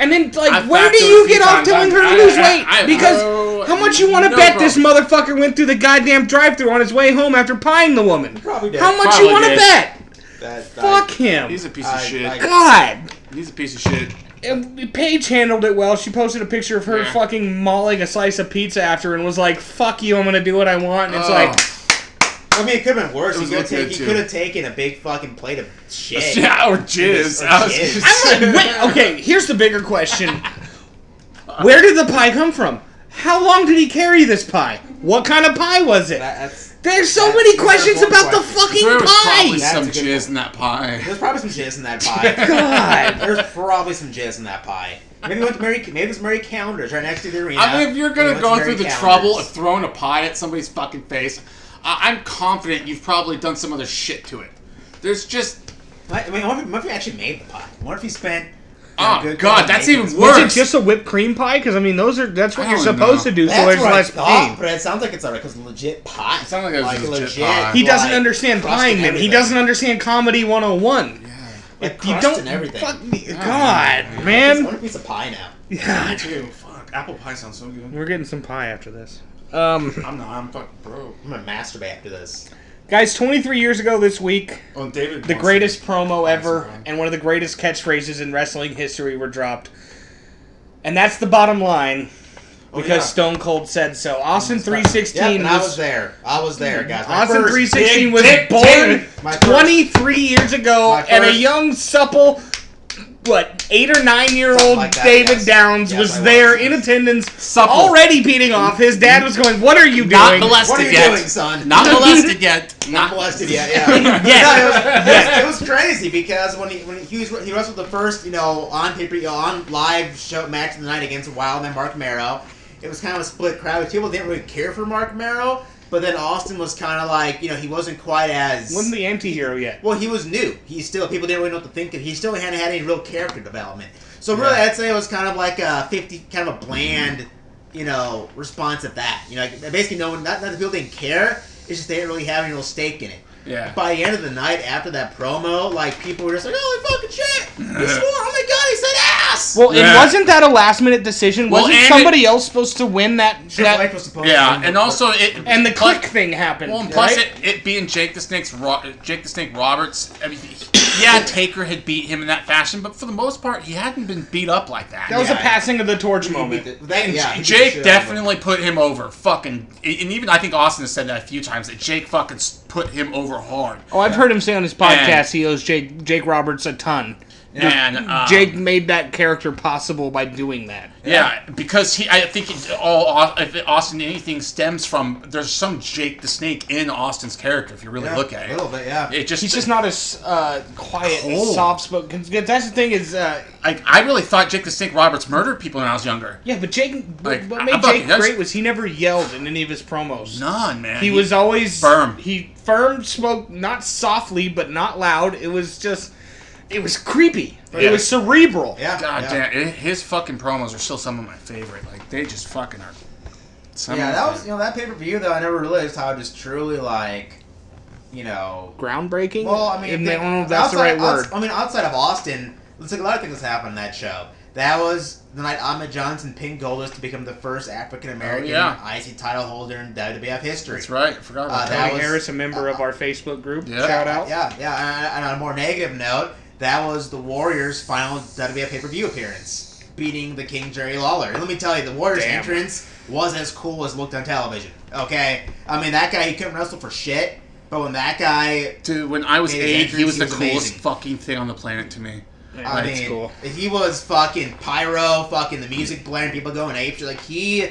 Speaker 1: And then like,
Speaker 6: I've
Speaker 1: where
Speaker 6: backed
Speaker 1: do
Speaker 6: her a
Speaker 1: you
Speaker 6: few
Speaker 1: get off
Speaker 6: times.
Speaker 1: telling her to
Speaker 6: I-
Speaker 1: lose
Speaker 6: I-
Speaker 1: weight?
Speaker 6: I- I-
Speaker 1: because
Speaker 6: no-
Speaker 1: how much you want to
Speaker 6: no
Speaker 1: bet this motherfucker went through the goddamn drive-through on his way home after pieing the woman?
Speaker 2: Probably did.
Speaker 1: How much
Speaker 6: Probably
Speaker 1: you want to
Speaker 6: did.
Speaker 1: bet?
Speaker 2: That,
Speaker 1: Fuck him.
Speaker 3: He's a piece
Speaker 2: I-
Speaker 3: of shit.
Speaker 2: I-
Speaker 1: God.
Speaker 3: He's a piece of shit.
Speaker 1: And Paige handled it well. She posted a picture of her
Speaker 4: Yeah.
Speaker 1: fucking mauling a slice of pizza after and was like, fuck you, I'm gonna do what I want. And it's
Speaker 3: Oh.
Speaker 1: like,
Speaker 2: I, I mean, it could have been worse.
Speaker 3: It
Speaker 2: He
Speaker 3: was
Speaker 2: could have
Speaker 3: looking
Speaker 2: take, he
Speaker 3: good, too.
Speaker 2: could've taken a big fucking plate of shit.
Speaker 3: Yeah, or jizz.
Speaker 2: Or
Speaker 3: I was
Speaker 2: jizz.
Speaker 3: gonna
Speaker 1: I'm
Speaker 3: say-
Speaker 1: like, wait, okay, here's the bigger question Where did the pie come from? How long did he carry this pie? What kind of pie was it?
Speaker 2: That, that's
Speaker 1: There's so
Speaker 2: that's
Speaker 1: many
Speaker 2: a
Speaker 1: questions
Speaker 2: terrible
Speaker 1: about the
Speaker 2: question.
Speaker 1: fucking
Speaker 3: There was probably
Speaker 1: pie!
Speaker 2: That's
Speaker 3: some
Speaker 2: a good
Speaker 3: jizz
Speaker 2: point.
Speaker 3: in that pie.
Speaker 2: There's probably some jizz in that pie.
Speaker 1: God.
Speaker 2: There's probably some jazz in that pie. Maybe it's Murray. Maybe it's Murray Calendars right next to the arena.
Speaker 3: I mean, if you're
Speaker 2: Maybe
Speaker 3: gonna
Speaker 2: it's
Speaker 3: go
Speaker 2: Murray
Speaker 3: through the
Speaker 2: Calendars.
Speaker 3: trouble of throwing a pie at somebody's fucking face, I- I'm confident you've probably done some other shit to it. There's just
Speaker 2: I I mean, what if, what if he actually made the pie? What if he spent?
Speaker 3: oh
Speaker 2: good
Speaker 3: god,
Speaker 2: God,
Speaker 3: that's
Speaker 2: maybe
Speaker 3: even
Speaker 2: it's-
Speaker 1: Was
Speaker 3: worse.
Speaker 1: it just a whipped cream pie? Because I mean, those are that's what
Speaker 3: I
Speaker 1: you're
Speaker 3: don't
Speaker 1: supposed
Speaker 3: know.
Speaker 1: to do. So
Speaker 2: That's
Speaker 1: there's
Speaker 2: what I
Speaker 1: less
Speaker 2: thought,
Speaker 1: pain.
Speaker 2: but it sounds like it's alright because legit pie. It
Speaker 3: sounds like it was just legit pie.
Speaker 1: He doesn't
Speaker 2: like,
Speaker 1: understand
Speaker 2: crust
Speaker 1: pieing,
Speaker 2: and
Speaker 1: man. He
Speaker 2: everything.
Speaker 1: doesn't understand comedy 101.
Speaker 2: Like
Speaker 1: you
Speaker 2: crust
Speaker 1: don't
Speaker 2: and everything.
Speaker 1: fuck me, God,
Speaker 2: Just want
Speaker 1: man.
Speaker 2: a piece of pie now.
Speaker 1: God,
Speaker 4: Ew, fuck. Apple pie sounds so good.
Speaker 1: we're getting some pie after this. Um,
Speaker 4: I'm not. I'm fucking broke.
Speaker 2: I'm gonna masturbate after this.
Speaker 1: guys, 23 years ago this week,
Speaker 4: Oh, David.
Speaker 1: the
Speaker 4: wants
Speaker 1: greatest promo ever
Speaker 4: Awesome.
Speaker 1: and one of the greatest catchphrases in wrestling history were dropped, and that's the bottom line
Speaker 4: it.
Speaker 2: Oh,
Speaker 1: because
Speaker 4: yeah.
Speaker 1: Stone Cold said so. Austin
Speaker 2: Yeah,
Speaker 1: 316
Speaker 2: and I was there. I was there, guys. My
Speaker 1: Austin
Speaker 2: first-
Speaker 1: 316
Speaker 4: big
Speaker 1: was
Speaker 4: dick
Speaker 1: born
Speaker 4: David.
Speaker 2: My first-
Speaker 1: 23 years ago,
Speaker 2: My
Speaker 1: and a
Speaker 2: first-
Speaker 1: young, supple, what, eight or nine year
Speaker 2: Something
Speaker 1: old
Speaker 2: like that,
Speaker 1: David
Speaker 2: yes.
Speaker 1: Downs
Speaker 2: Yes,
Speaker 1: was
Speaker 2: I was,
Speaker 1: there
Speaker 2: yes.
Speaker 1: in attendance,
Speaker 3: Supple.
Speaker 1: already beating off. His dad was going, What are you
Speaker 3: not
Speaker 1: doing?
Speaker 3: molested
Speaker 2: What are you
Speaker 3: yet.
Speaker 2: doing, son?
Speaker 3: Not molested yet.
Speaker 2: Not
Speaker 3: Not
Speaker 2: molested yet. Yeah.
Speaker 1: Yes.
Speaker 2: No, it, was, it was- it was crazy because when he when he was he wrestled the first you know on paper you know, on live show match of the night against Wildman Mark Marrow, it was kind of a split crowd. People didn't really care for Mark Marrow, but then Austin was kind of like you know he wasn't quite as
Speaker 1: Wasn't the anti hero yet.
Speaker 2: well, he was new. He still people didn't really know what to think of. He still hadn't had any real character development. So really, I'd say it was kind of like a fifty, kind of a bland, you know, response at that. You know, like, basically no one, not, not that people didn't care. It's just they didn't really have any real stake in it.
Speaker 3: Yeah.
Speaker 2: By the end of the night, after that promo, like people were just like, "Holy fucking shit! He swore! Oh my god, he said ass!"
Speaker 1: Well,
Speaker 3: Yeah.
Speaker 1: and wasn't that a last minute decision?
Speaker 3: Well,
Speaker 1: wasn't
Speaker 3: and
Speaker 1: somebody else supposed to win that?
Speaker 2: Triple
Speaker 1: that
Speaker 2: H was supposed
Speaker 3: Yeah,
Speaker 2: to
Speaker 3: and also it
Speaker 1: and the
Speaker 3: plus-
Speaker 1: click thing happened.
Speaker 3: Well, and plus
Speaker 1: right?
Speaker 3: it, it being Jake the Snake's Ro- Jake the Snake Roberts. I mean, he- yeah, Taker had beat him in that fashion, but for the most part, he hadn't been beat up like that.
Speaker 1: that was a
Speaker 2: yeah.
Speaker 1: passing of the torch moment.
Speaker 2: that,
Speaker 3: And
Speaker 2: yeah, he beat the
Speaker 3: Jake
Speaker 2: shit out of him.
Speaker 3: definitely put him over. Fucking, and even I think Austin has said that a few times that Jake fucking s- put him over hard.
Speaker 1: Oh, I've heard him say on his
Speaker 3: And-
Speaker 1: podcast he owes Jake Jake Roberts a ton.
Speaker 3: And um,
Speaker 1: Jake made that character possible by doing that.
Speaker 3: Yeah, because he, I think it all Au- if it- Austin anything stems from there's some Jake the Snake in Austin's character if you really
Speaker 2: Yeah,
Speaker 3: look at
Speaker 2: a little
Speaker 3: it.
Speaker 2: bit, yeah.
Speaker 3: It just
Speaker 1: He's just not as uh, quiet,
Speaker 3: Cold.
Speaker 1: as soft spoken. That's the thing is, uh,
Speaker 3: I, I really thought Jake the Snake Roberts murdered people when I was younger.
Speaker 1: yeah. But Jake,
Speaker 3: Like,
Speaker 1: what
Speaker 3: I-
Speaker 1: made Jake
Speaker 3: I'm fucking- that's-
Speaker 1: great was he never yelled in any of his promos.
Speaker 3: None, man.
Speaker 1: he was always
Speaker 3: firm.
Speaker 1: He firm spoke, not softly but not loud. It was just, it was creepy. It
Speaker 3: Yeah.
Speaker 1: was cerebral.
Speaker 2: Yeah,
Speaker 3: God
Speaker 2: yeah.
Speaker 3: damn, it, his fucking promos are still some of my favorite. Like they just fucking are. Some
Speaker 2: Yeah,
Speaker 3: of
Speaker 2: that
Speaker 3: my
Speaker 2: was you know that pay per view though. I never realized how just truly like, you know.
Speaker 1: Groundbreaking.
Speaker 2: Well, I mean,
Speaker 1: If
Speaker 2: if
Speaker 1: they-
Speaker 2: they-
Speaker 1: I don't know if that's the right word.
Speaker 2: outs- I mean, outside of Austin, looks like a lot of things that's happened in that show. That was the night Ahmed Johnson pinned Goldust to become the first African American
Speaker 3: Oh, yeah.
Speaker 2: IC title holder in WWF history.
Speaker 3: That's right. I forgot about
Speaker 2: Uh,
Speaker 3: that.
Speaker 2: that
Speaker 1: Tony
Speaker 2: was-
Speaker 1: Harris, a member of our Facebook group.
Speaker 3: Yeah.
Speaker 1: Shout out.
Speaker 2: Yeah, yeah. And, and on a more negative note, that was the Warriors' final WWF pay per view appearance, beating the King Jerry Lawler. And let me tell you, the Warriors'
Speaker 1: Damn.
Speaker 2: entrance was as cool as it looked on television. Okay, I mean that guy he couldn't wrestle for shit, but when that guy
Speaker 3: Dude, when I was
Speaker 2: His
Speaker 3: eight, he
Speaker 2: entrance,
Speaker 3: was
Speaker 2: he
Speaker 3: the
Speaker 2: was
Speaker 3: coolest
Speaker 2: amazing.
Speaker 3: fucking thing on the planet to me.
Speaker 1: Yeah,
Speaker 2: I
Speaker 1: that's
Speaker 2: mean,
Speaker 1: cool.
Speaker 2: he was fucking pyro, fucking the music blaring, people going apes. Like he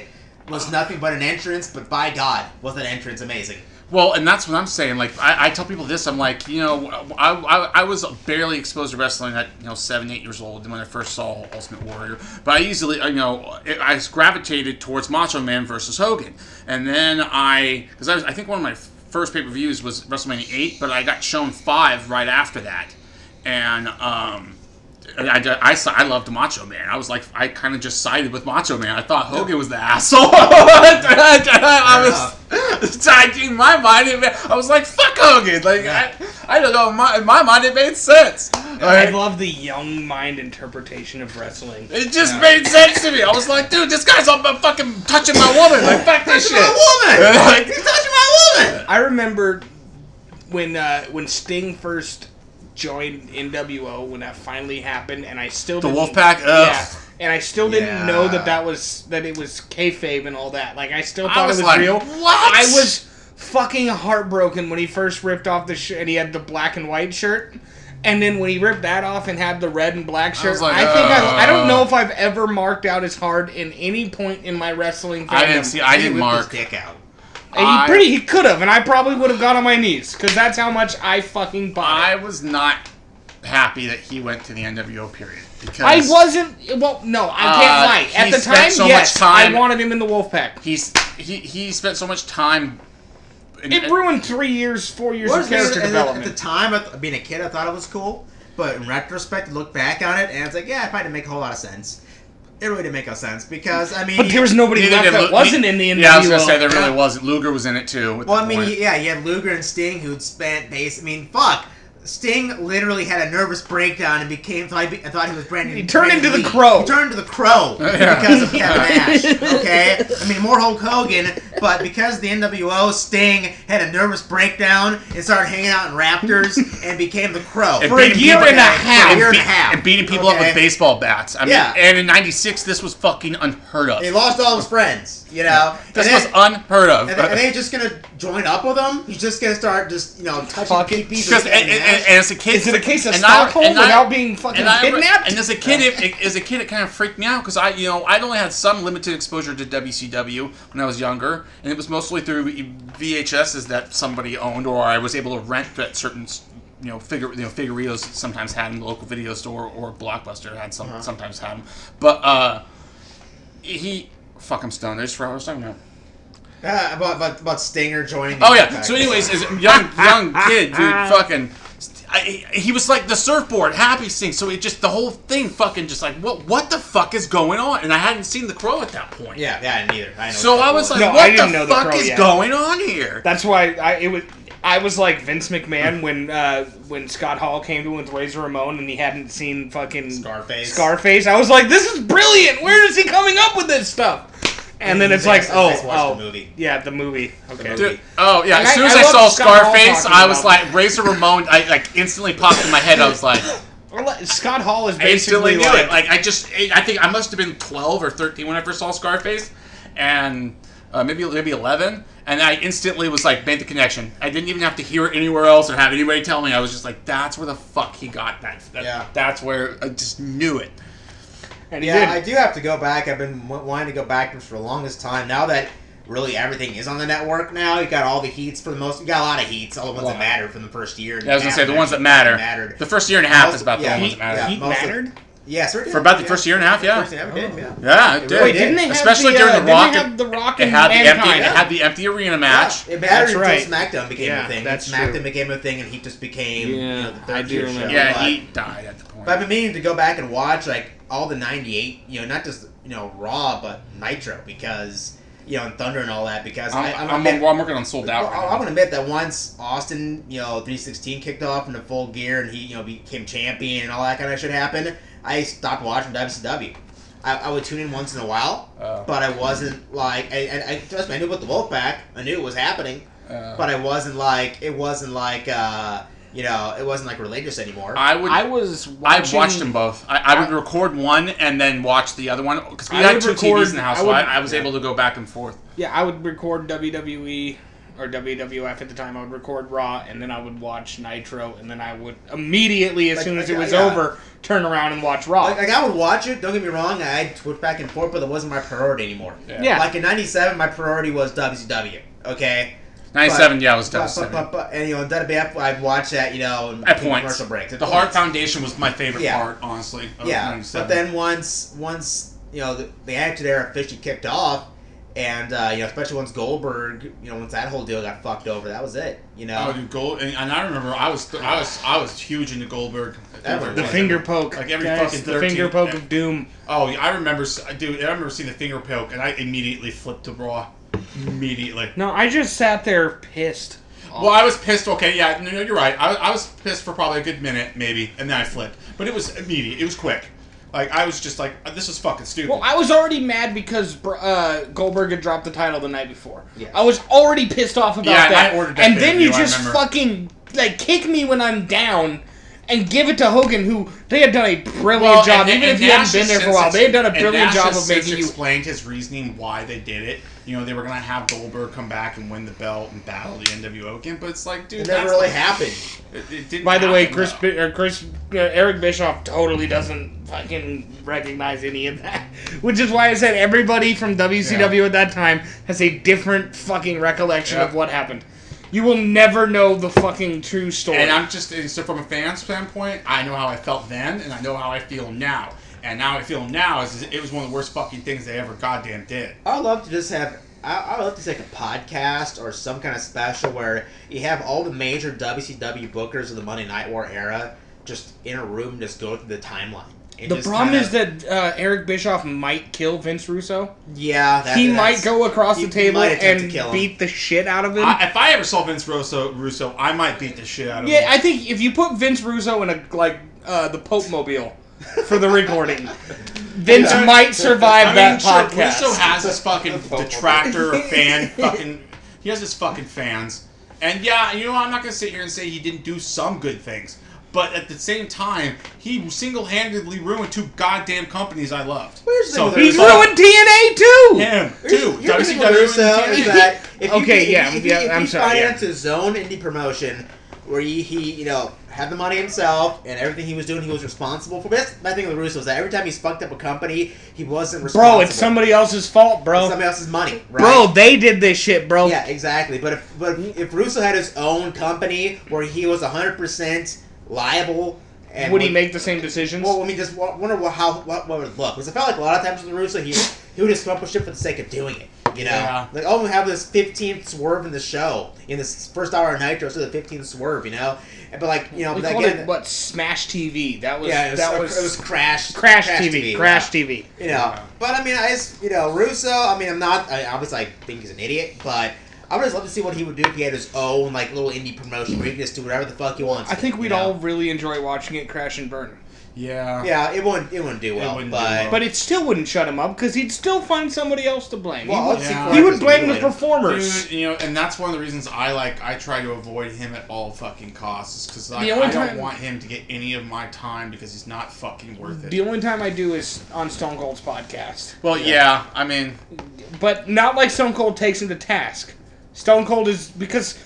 Speaker 2: was nothing but an entrance, but by God, was that entrance amazing?
Speaker 3: Well, and that's what I'm saying. Like, I, I tell people this. I'm like, you know, I, I, I was barely exposed to wrestling at you know seven, eight years old when I first saw Ultimate Warrior. But I easily, uh, you know, I I gravitated towards Macho Man versus Hogan, and then I, because I, was, I think one of my first pay per views was WrestleMania eight, but I got shown five right after that, and um. and I, I, I, I loved Macho Man. I was like, I kind of just sided with Macho Man. I thought Hogan was the asshole. I was,
Speaker 2: enough.
Speaker 3: I, in my mind, it, ma- I was like, "Fuck Hogan!" Like,
Speaker 2: Yeah.
Speaker 3: I, I don't know. In my, in my mind, it made sense.
Speaker 1: I
Speaker 3: Like,
Speaker 1: love the young mind interpretation of wrestling.
Speaker 3: it just made sense to me. I was like, "Dude, this guy's up, uh, fucking touching my woman!" Like, fuck this shit.
Speaker 2: my
Speaker 3: Like,
Speaker 2: woman! He's touching my woman!
Speaker 1: I remember when uh, when Sting first joined NWO when that finally happened, and I still
Speaker 3: The uh,
Speaker 1: didn't-
Speaker 3: Wolfpack? Ugh.
Speaker 1: Yeah, and I still didn't
Speaker 2: Yeah.
Speaker 1: know that that was that it was kayfabe and all that. Like I still
Speaker 3: I
Speaker 1: thought
Speaker 3: was
Speaker 1: it was
Speaker 3: like,
Speaker 1: real.
Speaker 3: "What?"
Speaker 1: I was fucking heartbroken when he first ripped off the shirt and he had the black and white shirt. And then when he ripped that off and had the red and black shirt, I,
Speaker 3: was like,
Speaker 1: think I, I don't
Speaker 3: "Oh."
Speaker 1: know if I've ever marked out as hard in any point in my wrestling.
Speaker 3: I didn't
Speaker 1: fandom.
Speaker 3: see. I
Speaker 2: He
Speaker 3: didn't
Speaker 2: whipped his
Speaker 3: mark.
Speaker 2: dick out.
Speaker 1: And
Speaker 3: I-
Speaker 1: he pretty he could have, and I probably would have got on my knees because that's how much I fucking bought.
Speaker 3: I
Speaker 1: it.
Speaker 3: was not happy that he went to the NWO period because
Speaker 1: I, wasn't. Well, no, I
Speaker 3: Uh,
Speaker 1: can't lie. At
Speaker 3: he
Speaker 1: the
Speaker 3: spent
Speaker 1: time,
Speaker 3: so much
Speaker 1: yes,
Speaker 3: time-
Speaker 1: I wanted him in the Wolfpack.
Speaker 3: He's he he spent so much time. In,
Speaker 1: It ruined three years, four years of character
Speaker 2: and at the
Speaker 1: development.
Speaker 2: time, I th- being a kid, I thought it was cool. But in retrospect, look back on it, and it's like, yeah, it probably didn't make a whole lot of sense. It really didn't make no sense because I mean,
Speaker 1: But there was nobody
Speaker 3: Neither
Speaker 1: left
Speaker 3: did
Speaker 1: that
Speaker 3: Lu-
Speaker 1: wasn't in the NWO.
Speaker 3: Yeah, I was gonna say there really
Speaker 2: Yeah.
Speaker 3: wasn't. Luger was in it too. at
Speaker 2: Well,
Speaker 3: that
Speaker 2: I mean,
Speaker 3: point.
Speaker 2: yeah, you have Luger and Sting who'd spent base. I mean, fuck. Sting literally had a nervous breakdown and became thought he, be- thought he was Brandon.
Speaker 1: He turned
Speaker 2: Brandon
Speaker 1: into the
Speaker 2: Lee.
Speaker 1: Crow.
Speaker 2: He turned into the crow
Speaker 3: Yeah.
Speaker 2: because of that match. Okay, I mean more Hulk Hogan, but because of the NWO, Sting had a nervous breakdown and started hanging out in Raptors and became the crow.
Speaker 3: And
Speaker 1: For a
Speaker 3: beating
Speaker 1: year
Speaker 3: people-
Speaker 1: and a
Speaker 2: for a
Speaker 1: half.
Speaker 2: year and a
Speaker 3: be-
Speaker 2: half.
Speaker 3: and beating people up
Speaker 2: Okay.
Speaker 3: with baseball bats. I mean,
Speaker 2: Yeah.
Speaker 3: and in '96, this was fucking unheard of.
Speaker 2: He lost all his friends, you know.
Speaker 3: This
Speaker 2: And
Speaker 3: was
Speaker 2: then-
Speaker 3: unheard of.
Speaker 2: and, and they just gonna join up with him. He's just gonna start just you know touching
Speaker 1: Fucking-
Speaker 2: people.
Speaker 3: because and, and, and, as a kid,
Speaker 1: Is it a case of
Speaker 3: and I-
Speaker 1: Stockholm
Speaker 3: and I-
Speaker 1: without being fucking
Speaker 3: and I-
Speaker 1: kidnapped?
Speaker 3: and as a kid, it, it- as a kid, it kind of freaked me out because I, you know, I'd only had some limited exposure to WCW when I was younger, and it was mostly through E, VHSs that somebody owned, or I was able to rent that certain, you know, figure, you know, figurinos sometimes had in the local video store or Blockbuster had some sometimes had them, but uh, he, fuck, I'm stoned. I just forgot what I was talking about.
Speaker 2: Uh, about, about, about Stinger joining.
Speaker 3: Oh
Speaker 2: the
Speaker 3: yeah.
Speaker 2: Impact.
Speaker 3: So, anyways, as a young young kid, dude, fucking, I, he was like the surfboard happy sing. So it just the whole thing, fucking, just like what what the fuck is going on? And I hadn't seen the crow at that point.
Speaker 2: yeah, yeah, neither. I know
Speaker 3: So I was like,
Speaker 1: No, I
Speaker 3: what
Speaker 1: didn't
Speaker 3: the
Speaker 1: know The
Speaker 3: fuck
Speaker 1: Crow
Speaker 3: is
Speaker 1: yet.
Speaker 3: going on here?
Speaker 1: That's why I it was. I was like Vince McMahon when uh, when Scott Hall came to him with Razor Ramon and he hadn't seen fucking
Speaker 2: Scarface.
Speaker 1: Scarface. I was like, this is brilliant. Where is he coming up with this stuff? And then
Speaker 2: You
Speaker 1: it's like,
Speaker 2: guys- you
Speaker 1: oh,
Speaker 2: guys watched
Speaker 1: oh,
Speaker 2: the movie.
Speaker 1: yeah, the movie. Okay.
Speaker 2: movie.
Speaker 3: Dude, oh yeah.
Speaker 1: And
Speaker 3: As
Speaker 1: I-
Speaker 3: soon as
Speaker 1: I
Speaker 3: I,
Speaker 1: love
Speaker 3: saw
Speaker 1: Scott Hall
Speaker 3: Scarface,
Speaker 1: talking
Speaker 3: I was
Speaker 1: about
Speaker 3: like Razor Ramon. I like instantly popped in my head. I was like,
Speaker 1: Or like- Scott Hall is
Speaker 3: I instantly
Speaker 1: basically
Speaker 3: knew
Speaker 1: like,
Speaker 3: it. Like I just, I think I must have been twelve or thirteen when I first saw Scarface, and uh, maybe maybe eleven. And I instantly was like, made the connection. I didn't even have to hear it anywhere else or have anybody tell me. I was just like, that's where the fuck he got that. that
Speaker 2: Yeah.
Speaker 3: That's where I just knew it.
Speaker 1: and he
Speaker 2: Yeah, I
Speaker 1: did.
Speaker 2: do have to go back. I've been w- wanting to go back for the longest time. Now that really everything is on the network now, you got all the heats for the most. You got a lot of heats, all the ones that
Speaker 1: Lot.
Speaker 2: matter from the first year. and
Speaker 3: I was gonna
Speaker 2: half
Speaker 3: say the ones that
Speaker 2: actually
Speaker 3: matter.
Speaker 2: Mattered.
Speaker 3: The first year and a half is about
Speaker 2: Yeah,
Speaker 3: the ones
Speaker 2: he-
Speaker 3: that matter.
Speaker 2: yeah.
Speaker 1: Heat
Speaker 2: most of-
Speaker 1: mattered.
Speaker 2: yeah, certainly.
Speaker 3: For about the
Speaker 2: yeah.
Speaker 3: first year and a half, yeah.
Speaker 2: First year,
Speaker 1: Oh.
Speaker 2: it did, yeah.
Speaker 3: Yeah, it did.
Speaker 1: Wait, didn't they have
Speaker 3: Especially
Speaker 1: the,
Speaker 3: during
Speaker 1: uh,
Speaker 3: the
Speaker 1: didn't
Speaker 3: Rock.
Speaker 1: They have the Rock
Speaker 3: It
Speaker 1: and
Speaker 3: had the empty.
Speaker 1: Mankind.
Speaker 3: It had the empty arena match.
Speaker 2: Yeah, it mattered
Speaker 1: That's
Speaker 2: until
Speaker 1: right.
Speaker 2: SmackDown became
Speaker 1: Yeah,
Speaker 2: a thing.
Speaker 1: that's
Speaker 2: SmackDown
Speaker 1: true.
Speaker 2: became a thing, and Heat just became you know, the
Speaker 1: Yeah,
Speaker 2: third
Speaker 1: I do
Speaker 2: year show.
Speaker 1: remember.
Speaker 3: Yeah,
Speaker 2: but-
Speaker 3: he died at the point.
Speaker 2: But I've been meaning to go back and watch like all the '98, you know, not just you know Raw, but Nitro because you know and Thunder and all that because I,
Speaker 3: I'm,
Speaker 2: I'm,
Speaker 3: I'm,
Speaker 2: admit,
Speaker 3: I'm working on sold out.
Speaker 2: well,
Speaker 3: right now.
Speaker 2: I'm gonna admit that once Austin, you know, 316 kicked off into full gear and he you know became champion and all that kind of shit happened, I stopped watching WCW. I, I would tune in once in a while,
Speaker 3: Oh.
Speaker 2: but I wasn't like, I, and I trust me, I knew about the Wolfpack, I knew it was happening,
Speaker 3: Uh,
Speaker 2: but I wasn't like, it wasn't like, uh, you know, it wasn't like religious anymore.
Speaker 3: I would.
Speaker 1: I was.
Speaker 3: I
Speaker 1: Watching,
Speaker 3: watched them both. I, I would record one and then watch the other one because we
Speaker 1: I
Speaker 3: had
Speaker 1: would
Speaker 3: two
Speaker 1: record-
Speaker 3: TVs in the house,
Speaker 1: I
Speaker 3: so I,
Speaker 1: would-
Speaker 3: I was able to go back and forth.
Speaker 1: Yeah, I would record WWE or WWF at the time. I would record Raw, and then I would watch Nitro, and then I would immediately, as
Speaker 2: Like-
Speaker 1: soon as
Speaker 2: like,
Speaker 1: it was
Speaker 2: yeah.
Speaker 1: over, turn around and watch Raw.
Speaker 2: Like, like I would watch it. Don't get me wrong. I switched back and forth, but it wasn't my priority anymore.
Speaker 3: Yeah.
Speaker 1: Yeah.
Speaker 2: Like in '97, my priority was WCW. Okay.
Speaker 3: Ninety-seven. yeah, I was
Speaker 2: But,
Speaker 3: devastated.
Speaker 2: but, but, but and, you know, in WWF, I'd watch that. You know, in
Speaker 3: At points,
Speaker 2: commercial breaks. At
Speaker 3: the hard
Speaker 2: points.
Speaker 3: foundation was my favorite
Speaker 2: Yeah.
Speaker 3: part, honestly. Of
Speaker 2: Yeah.
Speaker 3: 97.
Speaker 2: But then once, once you know, the, the Attitude Era officially kicked off, and uh, you know, especially once Goldberg, you know, once that whole deal got fucked over, that was it. You
Speaker 4: Oh,
Speaker 2: know.
Speaker 4: dude, Gold, and, and I remember I was I was I was huge into Goldberg.
Speaker 2: Everyone
Speaker 1: the
Speaker 2: was.
Speaker 1: finger poke,
Speaker 4: Like every
Speaker 1: guys,
Speaker 4: fucking
Speaker 1: the
Speaker 4: 13
Speaker 1: finger poke of doom.
Speaker 4: Oh, yeah, I remember, s- dude. I remember seeing the finger poke, and I immediately flipped to Raw. Immediately.
Speaker 1: No, I just sat there pissed.
Speaker 4: Well, I was pissed. Okay, yeah, no, no, you're right. I, I was pissed for probably a good minute, maybe, and then I flipped. But it was immediate. It was quick. Like I was just like, this is fucking stupid.
Speaker 1: Well, I was already mad because br- uh, Goldberg had dropped the title the night before.
Speaker 2: Yeah.
Speaker 1: I was already pissed off about
Speaker 4: Yeah, and I
Speaker 1: that.
Speaker 4: ordered that
Speaker 1: and then you
Speaker 4: pay-per-view, I
Speaker 1: just
Speaker 4: remember.
Speaker 1: fucking like kick me when I'm down, and give it to Hogan, who they had done a brilliant
Speaker 3: Well,
Speaker 1: job.
Speaker 3: and-
Speaker 1: even
Speaker 3: and
Speaker 1: if you hadn't
Speaker 3: Nash
Speaker 1: been
Speaker 3: has
Speaker 1: there for a
Speaker 3: since
Speaker 1: while, they had done a
Speaker 3: ex- and
Speaker 1: brilliant
Speaker 3: Nash
Speaker 1: job
Speaker 3: has
Speaker 1: of
Speaker 3: since
Speaker 1: making you.
Speaker 3: explained his reasoning why they did it. You know, they were gonna have Goldberg come back and win the belt and battle the NWO again, but it's like, dude,
Speaker 2: It
Speaker 3: that's
Speaker 2: never really
Speaker 3: the-
Speaker 2: happened.
Speaker 3: It, it didn't.
Speaker 1: By the way,
Speaker 3: happen,
Speaker 1: Chris,
Speaker 3: though.
Speaker 1: Bi- or Chris, uh, Eric Bischoff totally doesn't fucking recognize any of that, which is why I said everybody from WCW at that time has a different fucking recollection of
Speaker 3: Yeah.
Speaker 1: what happened. You will never know the fucking true story.
Speaker 3: And I'm just and so from a fan standpoint, I know how I felt then, and I know how I feel now. And now I feel now is it was one of the worst fucking things they ever goddamn did.
Speaker 2: I'd love to just have. I, I would love to take a podcast or some kind of special where you have all the major WCW bookers of the Monday Night War era just in a room, just go through the timeline. And
Speaker 1: the
Speaker 2: just
Speaker 1: problem
Speaker 2: kinda-
Speaker 1: is that uh, Eric Bischoff might kill Vince Russo.
Speaker 2: yeah, that,
Speaker 1: he might
Speaker 2: that's-
Speaker 1: go across
Speaker 2: he-
Speaker 1: the
Speaker 2: he
Speaker 1: table
Speaker 2: might attempt to
Speaker 1: and
Speaker 2: kill him.
Speaker 1: beat the shit out of him.
Speaker 3: I, if I ever saw Vince Russo, Russo, I might beat the shit out of
Speaker 1: yeah,
Speaker 3: him.
Speaker 1: I think if you put Vince Russo in a like uh, the Pope Mobile for the recording, Vince
Speaker 3: Yeah.
Speaker 1: might survive
Speaker 3: I mean,
Speaker 1: that
Speaker 3: sure,
Speaker 1: podcast.
Speaker 3: Russo has his fucking
Speaker 2: That's awful.
Speaker 3: detractor or fan fucking. He has his fucking fans, and yeah, you know I'm not gonna sit here and say he didn't do some good things, but at the same time, he single-handedly ruined two goddamn companies I loved.
Speaker 2: Here's the thing with
Speaker 1: He's
Speaker 2: Russo.
Speaker 1: ruined TNA too.
Speaker 3: him too.
Speaker 2: Here's- here's the thing with
Speaker 3: WWE
Speaker 2: Russo
Speaker 3: and
Speaker 2: is
Speaker 3: TNA.
Speaker 2: that if you,
Speaker 1: Okay,
Speaker 2: if you-
Speaker 1: yeah,
Speaker 2: if
Speaker 1: yeah,
Speaker 2: you, if
Speaker 1: I'm
Speaker 2: you
Speaker 1: sorry, yeah.
Speaker 2: finance his own indie promotion where he, he, you know, had the money himself and everything he was doing, he was responsible for. But that's my thing with Russo is that every time he's fucked up a company, he wasn't responsible.
Speaker 1: Bro, it's somebody else's fault,
Speaker 2: It's
Speaker 1: bro.
Speaker 2: somebody else's money, right?
Speaker 1: Bro, they did this shit, bro.
Speaker 2: Yeah, exactly. But if but if Russo had his own company where he was 100% liable and
Speaker 1: Would he make the same decisions?
Speaker 2: Well, I mean, just wa- wonder what, how what, what would it look. Because I felt like a lot of times with Russo, he he would just come up with shit for the sake of doing it. You know,
Speaker 3: Yeah.
Speaker 2: like oh, we have this 15th swerve in the show in this first hour of Nitro, so the 15th swerve. You know, And- but like you know,
Speaker 1: we
Speaker 2: but
Speaker 1: called
Speaker 2: again,
Speaker 1: it what? Smash TV. That was
Speaker 2: yeah, it was,
Speaker 1: that
Speaker 2: it
Speaker 1: was,
Speaker 2: was Crash,
Speaker 1: Crash, TV. Crash
Speaker 2: yeah.
Speaker 1: TV.
Speaker 2: You know, but I mean, I just you know Russo. I mean, I'm not. I, obviously, I think he's an idiot, but. I would just love to see what he would do if he had his own like little indie promotion where he could just do whatever the fuck he wants.
Speaker 1: I think
Speaker 2: you
Speaker 1: we'd
Speaker 2: know?
Speaker 1: all really enjoy watching it crash and burn.
Speaker 3: Yeah.
Speaker 2: Yeah, it wouldn't. It wouldn't do well.
Speaker 3: wouldn't do
Speaker 2: but
Speaker 3: well.
Speaker 1: But it still wouldn't shut him up because he'd still find somebody else to blame. He
Speaker 2: Well,
Speaker 1: would-
Speaker 2: let's
Speaker 3: Yeah.
Speaker 2: see
Speaker 1: he, would,
Speaker 2: Clark
Speaker 1: blame the
Speaker 2: later.
Speaker 1: performers.
Speaker 3: Dude, you know, and that's one of the reasons I like I try to avoid him at all fucking costs is because I,
Speaker 1: The only
Speaker 3: I don't
Speaker 1: time-
Speaker 3: want him to get any of my time because he's not fucking worth it.
Speaker 1: The only time I do is on Stone Cold's podcast,
Speaker 7: Well, yeah. I mean,
Speaker 1: but not like Stone Cold takes him to task. Stone Cold is because,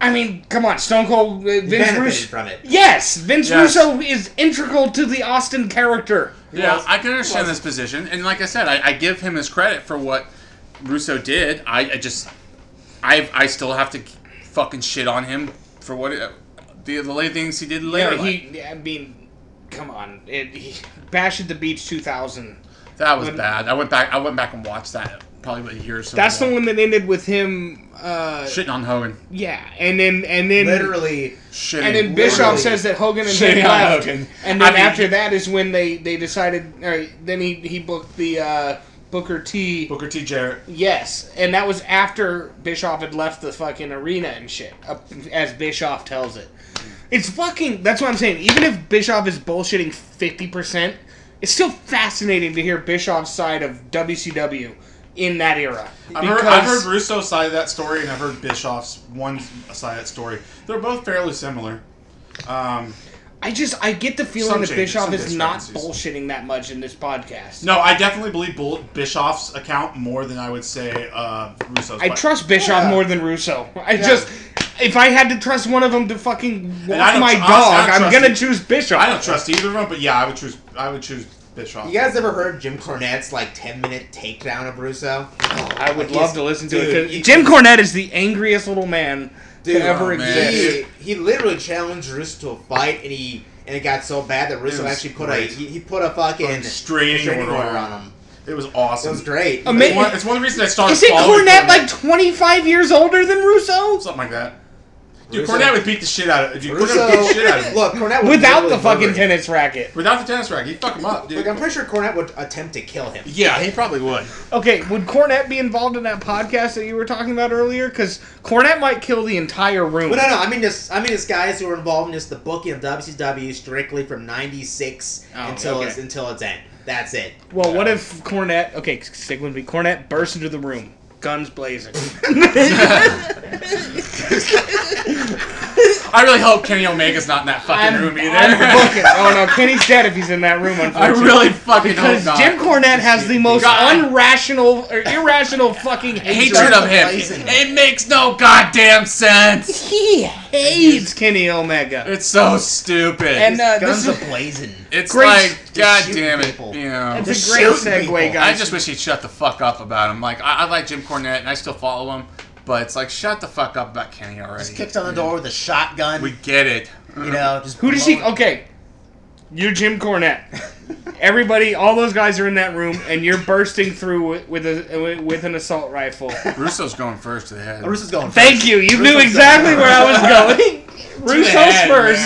Speaker 1: I mean, come on, Stone Cold uh,
Speaker 2: He
Speaker 1: Vince
Speaker 2: benefited
Speaker 1: Russo.
Speaker 2: from it.
Speaker 1: Yes, Vince
Speaker 7: Yes.
Speaker 1: Russo is integral to the Austin character.
Speaker 7: yeah.
Speaker 2: was-
Speaker 7: I can understand this position, and like I said, I, I give him his credit for what Russo did. I, I just, I, I still have to fucking shit on him for what it, the the late things he did later.
Speaker 1: Yeah,
Speaker 7: he,
Speaker 1: he. I mean, come on, it, he, Bash at the Beach 2000.
Speaker 7: that was
Speaker 1: when-
Speaker 7: bad. I went back. I went back and watched that probably about a year or so.
Speaker 1: That's the
Speaker 7: ago.
Speaker 1: one that ended with him. Uh,
Speaker 7: shitting on Hogan.
Speaker 1: yeah, and then and then
Speaker 2: Literally,
Speaker 7: Shitting.
Speaker 1: And then
Speaker 2: Literally.
Speaker 1: Bischoff says that Hogan and him
Speaker 7: Shitting on
Speaker 1: left,
Speaker 7: Hogan.
Speaker 1: and then
Speaker 7: I mean-
Speaker 1: after that is when they they decided. Or then he he booked the uh, Booker T.
Speaker 3: Booker T. Jarrett.
Speaker 1: Yes, and that was after Bischoff had left the fucking arena and shit, uh, as Bischoff tells it. It's fucking. That's what I'm saying. Even if Bischoff is bullshitting fifty percent, it's still fascinating to hear Bischoff's side of WCW in that era.
Speaker 3: I've heard, I've heard Russo's side of that story, and I've heard Bischoff's one side of that story. They're both fairly similar. Um,
Speaker 1: I just I get the feeling
Speaker 3: Some
Speaker 1: that
Speaker 3: changes,
Speaker 1: Bischoff
Speaker 3: some
Speaker 1: is not
Speaker 3: discrepancies.
Speaker 1: bullshitting that much in this podcast.
Speaker 3: no, I definitely believe Bull- Bischoff's account more than I would say uh, Russo's.
Speaker 1: I
Speaker 3: but-
Speaker 1: trust Bischoff
Speaker 2: Yeah.
Speaker 1: more than Russo. I just, if I had to trust one of them to fucking
Speaker 3: I
Speaker 1: walk
Speaker 3: don't-
Speaker 1: my
Speaker 3: honestly, I
Speaker 1: dog,
Speaker 3: don't
Speaker 1: I'm
Speaker 3: trust
Speaker 1: gonna
Speaker 3: you.
Speaker 1: choose Bischoff.
Speaker 3: I don't trust either of them, but yeah, I would choose. I would choose Bischoff.
Speaker 2: you guys ever heard Jim Cornette's like ten minute takedown of Russo?
Speaker 1: I would love to listen to it.
Speaker 2: Dude,
Speaker 1: 'cause
Speaker 2: you-
Speaker 1: Jim Cornette is the angriest little man
Speaker 2: Dude,
Speaker 1: to ever
Speaker 7: oh, man.
Speaker 1: exist.
Speaker 2: He, he literally challenged Russo to a fight, and he and it got so bad that Russo
Speaker 3: was
Speaker 2: actually put
Speaker 3: great.
Speaker 2: a he, he put a fucking
Speaker 3: Put a restraining
Speaker 2: restraining
Speaker 3: order
Speaker 2: order
Speaker 3: on
Speaker 2: on him.
Speaker 3: It was awesome.
Speaker 2: It was great.
Speaker 1: Ama-
Speaker 3: It's one, it's one of the reasons I started.
Speaker 1: Isn't
Speaker 3: following
Speaker 1: Cornette like 25 years older than Russo?
Speaker 3: something like that? Dude,
Speaker 2: Russo-
Speaker 3: Cornette would beat the shit out of. Dude,
Speaker 2: Russo,
Speaker 3: Cornette would beat the shit out of. him.
Speaker 2: look, Cornette was
Speaker 1: Without
Speaker 2: literally
Speaker 1: the fucking
Speaker 2: murdering.
Speaker 1: tennis racket.
Speaker 3: Without the tennis racket, he'd fuck him up, dude.
Speaker 2: Like, I'm pretty sure Cornette would attempt to kill him.
Speaker 3: yeah, he probably would.
Speaker 1: Okay, would Cornette be involved in that podcast that you were talking about earlier? Because Cornette might kill the entire room.
Speaker 2: But no, no. I mean, this. I mean, it's guys who were involved in just the booking of WCW strictly from '96
Speaker 1: Oh,
Speaker 2: until
Speaker 1: okay.
Speaker 2: its until its end. That's it.
Speaker 1: Well, what if Cornette? Okay, stick with me. Cornette bursts into the room, guns blazing.
Speaker 3: I really hope Kenny Omega's not in that fucking
Speaker 1: I'm,
Speaker 3: room either.
Speaker 1: I'm booking. Oh no, Kenny's dead if he's in that room.
Speaker 3: I
Speaker 1: Unfortunately,
Speaker 3: really fucking
Speaker 1: because
Speaker 3: hope not.
Speaker 1: Jim Cornette has the most
Speaker 3: God.
Speaker 1: unrational or irrational fucking hatred.
Speaker 3: hatred of him.
Speaker 2: Poison.
Speaker 3: It makes no goddamn sense.
Speaker 1: He hates Kenny Omega.
Speaker 3: It's so stupid.
Speaker 1: And uh, this
Speaker 2: Guns
Speaker 1: is
Speaker 2: a blazing.
Speaker 3: it's
Speaker 1: great-
Speaker 3: like,
Speaker 2: Just
Speaker 3: god
Speaker 2: shooting
Speaker 3: damn it.
Speaker 2: people.
Speaker 3: You know.
Speaker 1: it's
Speaker 2: Just
Speaker 1: a great
Speaker 2: shooting
Speaker 1: segue,
Speaker 2: people. I
Speaker 1: guys.
Speaker 3: I just wish he'd shut the fuck up about him. Like, I, I like Jim Cornette and I still follow him, but it's like, shut the fuck up about Kenny already.
Speaker 2: Just kicked on the door with a shotgun.
Speaker 3: We get it.
Speaker 2: you know, just
Speaker 1: Who does he?
Speaker 2: blowing-
Speaker 1: Okay, you're Jim Cornette. Everybody, all those guys are in that room, and you're bursting through with, with a with an assault rifle.
Speaker 3: Russo's going first to the head.
Speaker 2: Russo's going.
Speaker 1: oh, Thank you. You knew
Speaker 2: Russo's
Speaker 1: exactly where I was going.
Speaker 3: To the
Speaker 1: Russo's
Speaker 3: head, man.
Speaker 1: first.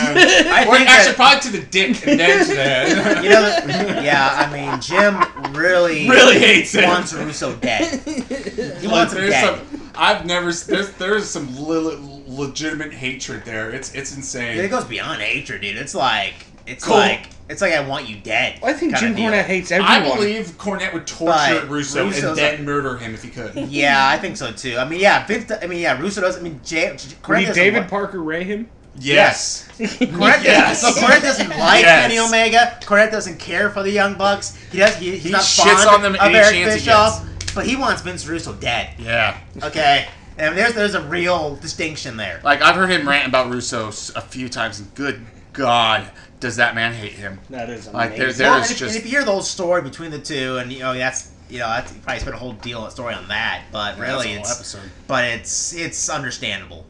Speaker 2: I
Speaker 3: Or
Speaker 2: think that,
Speaker 3: actually, probably to the dick and then to the head.
Speaker 2: you know, yeah. I mean, Jim really,
Speaker 3: really hates it.
Speaker 2: wants Russo dead. He
Speaker 3: Like,
Speaker 2: wants him
Speaker 3: there's
Speaker 2: dead.
Speaker 3: some. I've never. s- There's there's some le- legitimate hatred there. It's it's
Speaker 2: It
Speaker 3: insane.
Speaker 2: goes beyond hatred, dude. It's like, it's
Speaker 3: Cool.
Speaker 2: like, it's like I want you dead.
Speaker 1: I think
Speaker 2: kinda
Speaker 1: Jim
Speaker 2: deal.
Speaker 1: Cornette hates
Speaker 3: I
Speaker 1: everyone.
Speaker 3: believe Cornette would torture
Speaker 2: But
Speaker 3: Russo
Speaker 2: Russo's
Speaker 3: and then murder him if he could.
Speaker 2: Yeah, I think so too. I mean, yeah, Vince. I mean, yeah, Russo does. I mean, J, J, Cornette
Speaker 1: Would
Speaker 2: doesn't
Speaker 1: David
Speaker 2: like-
Speaker 1: Parker Ray him?
Speaker 3: Yes.
Speaker 2: Cornette,
Speaker 3: Yes.
Speaker 2: doesn't, Cornette doesn't like
Speaker 3: Yes.
Speaker 2: Kenny Omega. Cornette doesn't care for the Young Bucks. He does. He, he's
Speaker 3: He
Speaker 2: not
Speaker 3: shits
Speaker 2: fond
Speaker 3: on them
Speaker 2: of
Speaker 3: any
Speaker 2: Eric
Speaker 3: chance he
Speaker 2: Bischoff, but he wants Vince Russo dead.
Speaker 3: Yeah.
Speaker 2: Okay, and there's there's a real distinction there.
Speaker 3: Like I've heard him rant about Russo s- a few times, and good God, does that man hate him?
Speaker 1: That is amazing.
Speaker 3: Like, there's-
Speaker 2: Well,
Speaker 3: there's
Speaker 2: and, if,
Speaker 3: just-
Speaker 2: and if you hear the whole story between the two, and you know that's you know that's you probably spent a whole deal story on that, but
Speaker 3: Yeah,
Speaker 2: really
Speaker 3: that's a whole
Speaker 2: it's
Speaker 3: episode.
Speaker 2: but it's it's understandable.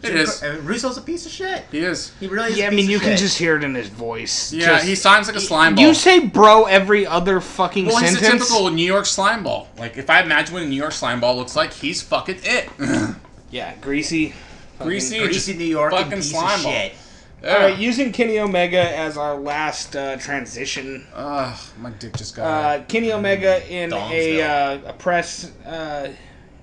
Speaker 3: It is.
Speaker 2: I mean, Russo's a piece of shit.
Speaker 3: He is.
Speaker 2: He really is.
Speaker 1: yeah,
Speaker 2: a
Speaker 1: I
Speaker 2: piece
Speaker 1: mean,
Speaker 2: of
Speaker 1: you can
Speaker 2: shit.
Speaker 1: just hear it in his voice.
Speaker 3: Yeah,
Speaker 1: Just-
Speaker 3: he sounds like a slime ball.
Speaker 1: You say bro every other fucking
Speaker 3: well,
Speaker 1: sentence.
Speaker 3: he's a typical New York slime ball. Like if I imagine what a New York slime ball looks like, he's fucking it.
Speaker 1: Yeah, greasy. fucking
Speaker 3: Greasy.
Speaker 2: greasy New York
Speaker 3: fucking
Speaker 2: and piece
Speaker 3: slime
Speaker 2: of
Speaker 3: ball.
Speaker 2: shit.
Speaker 3: Yeah.
Speaker 1: All right, using Kenny Omega as our last uh, transition.
Speaker 3: Ugh, my dick just got.
Speaker 1: Uh, Kenny Omega in a,
Speaker 2: Domsville.
Speaker 1: uh, a press, uh,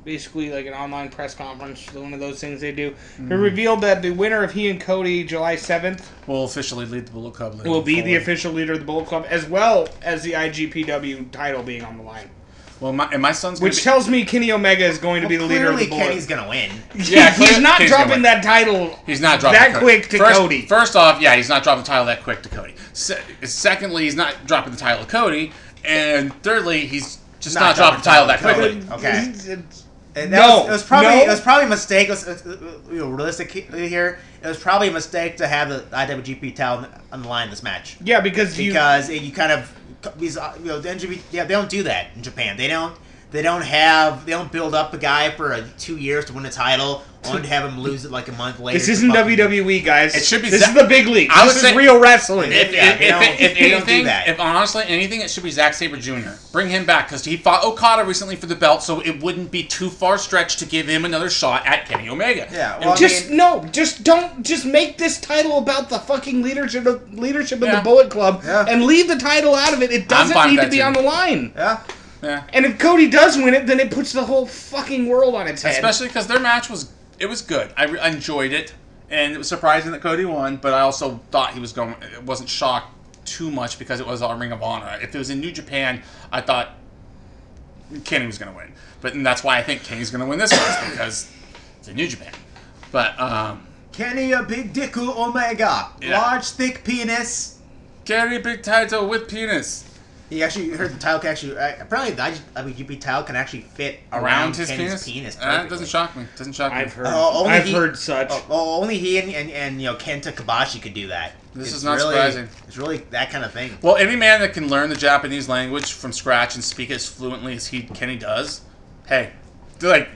Speaker 1: basically like an online press conference, one of those things they do.
Speaker 3: Mm-hmm.
Speaker 1: He revealed that the winner of he and Cody July 7th
Speaker 3: will officially lead the Bullet Club. moving
Speaker 1: will be the
Speaker 3: forward.
Speaker 1: official leader of the Bullet Club, as well as the IGPW title being on the line.
Speaker 3: Well, my, and my son's gonna
Speaker 1: Which
Speaker 3: be-
Speaker 1: tells me Kenny Omega is going to be the leader of the
Speaker 2: Clearly,
Speaker 1: Bullet
Speaker 2: Kenny's gonna win.
Speaker 3: Yeah,
Speaker 1: he's
Speaker 3: Kenny-
Speaker 1: not
Speaker 3: Kenny's gonna
Speaker 1: dropping
Speaker 3: win.
Speaker 1: that title.
Speaker 3: He's not dropping
Speaker 1: that
Speaker 3: Cody.
Speaker 1: quick to
Speaker 3: first,
Speaker 1: Cody.
Speaker 3: First off, yeah, he's not dropping the title that quick to Cody. Se- secondly, he's not dropping the title to Cody, and thirdly, he's just not, dropping the title that
Speaker 2: to Cody.
Speaker 3: quickly.
Speaker 2: Okay.
Speaker 1: It's- it's-
Speaker 2: And that
Speaker 1: No,
Speaker 2: was, it was probably
Speaker 1: no.
Speaker 2: it was probably a mistake. It was, it was- you know, realistically here, it was probably a mistake to have the IWGP title on the line this match
Speaker 1: yeah, because you
Speaker 2: because it, you kind of these uh, you know the NGP yeah they don't do that in Japan. They don't they don't have they don't build up a guy for uh two years to win a title only to have him lose it like a month later.
Speaker 1: This isn't E.
Speaker 2: Fucking-
Speaker 1: WWE, guys.
Speaker 3: It should be
Speaker 1: This
Speaker 3: Zack-
Speaker 1: is the big league.
Speaker 3: I
Speaker 1: This
Speaker 3: would
Speaker 1: is
Speaker 3: say-
Speaker 1: real wrestling.
Speaker 3: If,
Speaker 2: Yeah,
Speaker 3: if,
Speaker 2: they
Speaker 3: if,
Speaker 2: don't-
Speaker 3: if,
Speaker 2: they don't do
Speaker 3: anything,
Speaker 2: that.
Speaker 3: if honestly anything, it should be Zack Saber Jr. Bring him back because he fought Okada recently for the belt, so it wouldn't be too far stretched to give him another shot at Kenny Omega.
Speaker 2: Yeah,
Speaker 3: It
Speaker 2: well, I
Speaker 3: would-
Speaker 2: mean-
Speaker 1: just no, just don't, just make this title about the fucking leadership of, leadership of
Speaker 3: Yeah.
Speaker 1: the Bullet Club,
Speaker 2: Yeah.
Speaker 1: and leave the title out of it. It doesn't
Speaker 3: fine with
Speaker 1: need to
Speaker 3: that
Speaker 1: be
Speaker 3: too.
Speaker 1: on the line.
Speaker 2: Yeah,
Speaker 3: yeah.
Speaker 1: And if Cody does win it, then it puts the whole fucking world on its head.
Speaker 3: especially because their match was it was good. I, re- I enjoyed it, and it was surprising that Cody won, but I also thought he was going. It wasn't shocked too much because it was on Ring of Honor. If it was in New Japan, I thought Kenny was going to win, but and that's why I think Kenny's going to win this one because it's in New Japan. But um,
Speaker 2: Kenny a big dicku Omega,
Speaker 3: Yeah.
Speaker 2: large thick penis.
Speaker 3: Gary Big Title with penis.
Speaker 2: He actually heard the tile can actually uh, apparently the IG, IWGP tile can actually fit around,
Speaker 3: Around his
Speaker 2: Kenny's
Speaker 3: penis,
Speaker 2: penis.
Speaker 3: Uh, it doesn't
Speaker 2: perfectly.
Speaker 3: shock me. Doesn't shock me.
Speaker 1: I've heard,
Speaker 2: Oh, only
Speaker 1: I've
Speaker 2: he-
Speaker 1: heard such.
Speaker 2: Oh, oh, only he and, and, and you know Kenta Kabashi could do that.
Speaker 3: This is not surprising.
Speaker 2: It's really that kind of thing.
Speaker 3: Well, any man that can learn the Japanese language from scratch and speak as fluently as he Kenny does, hey, they're like,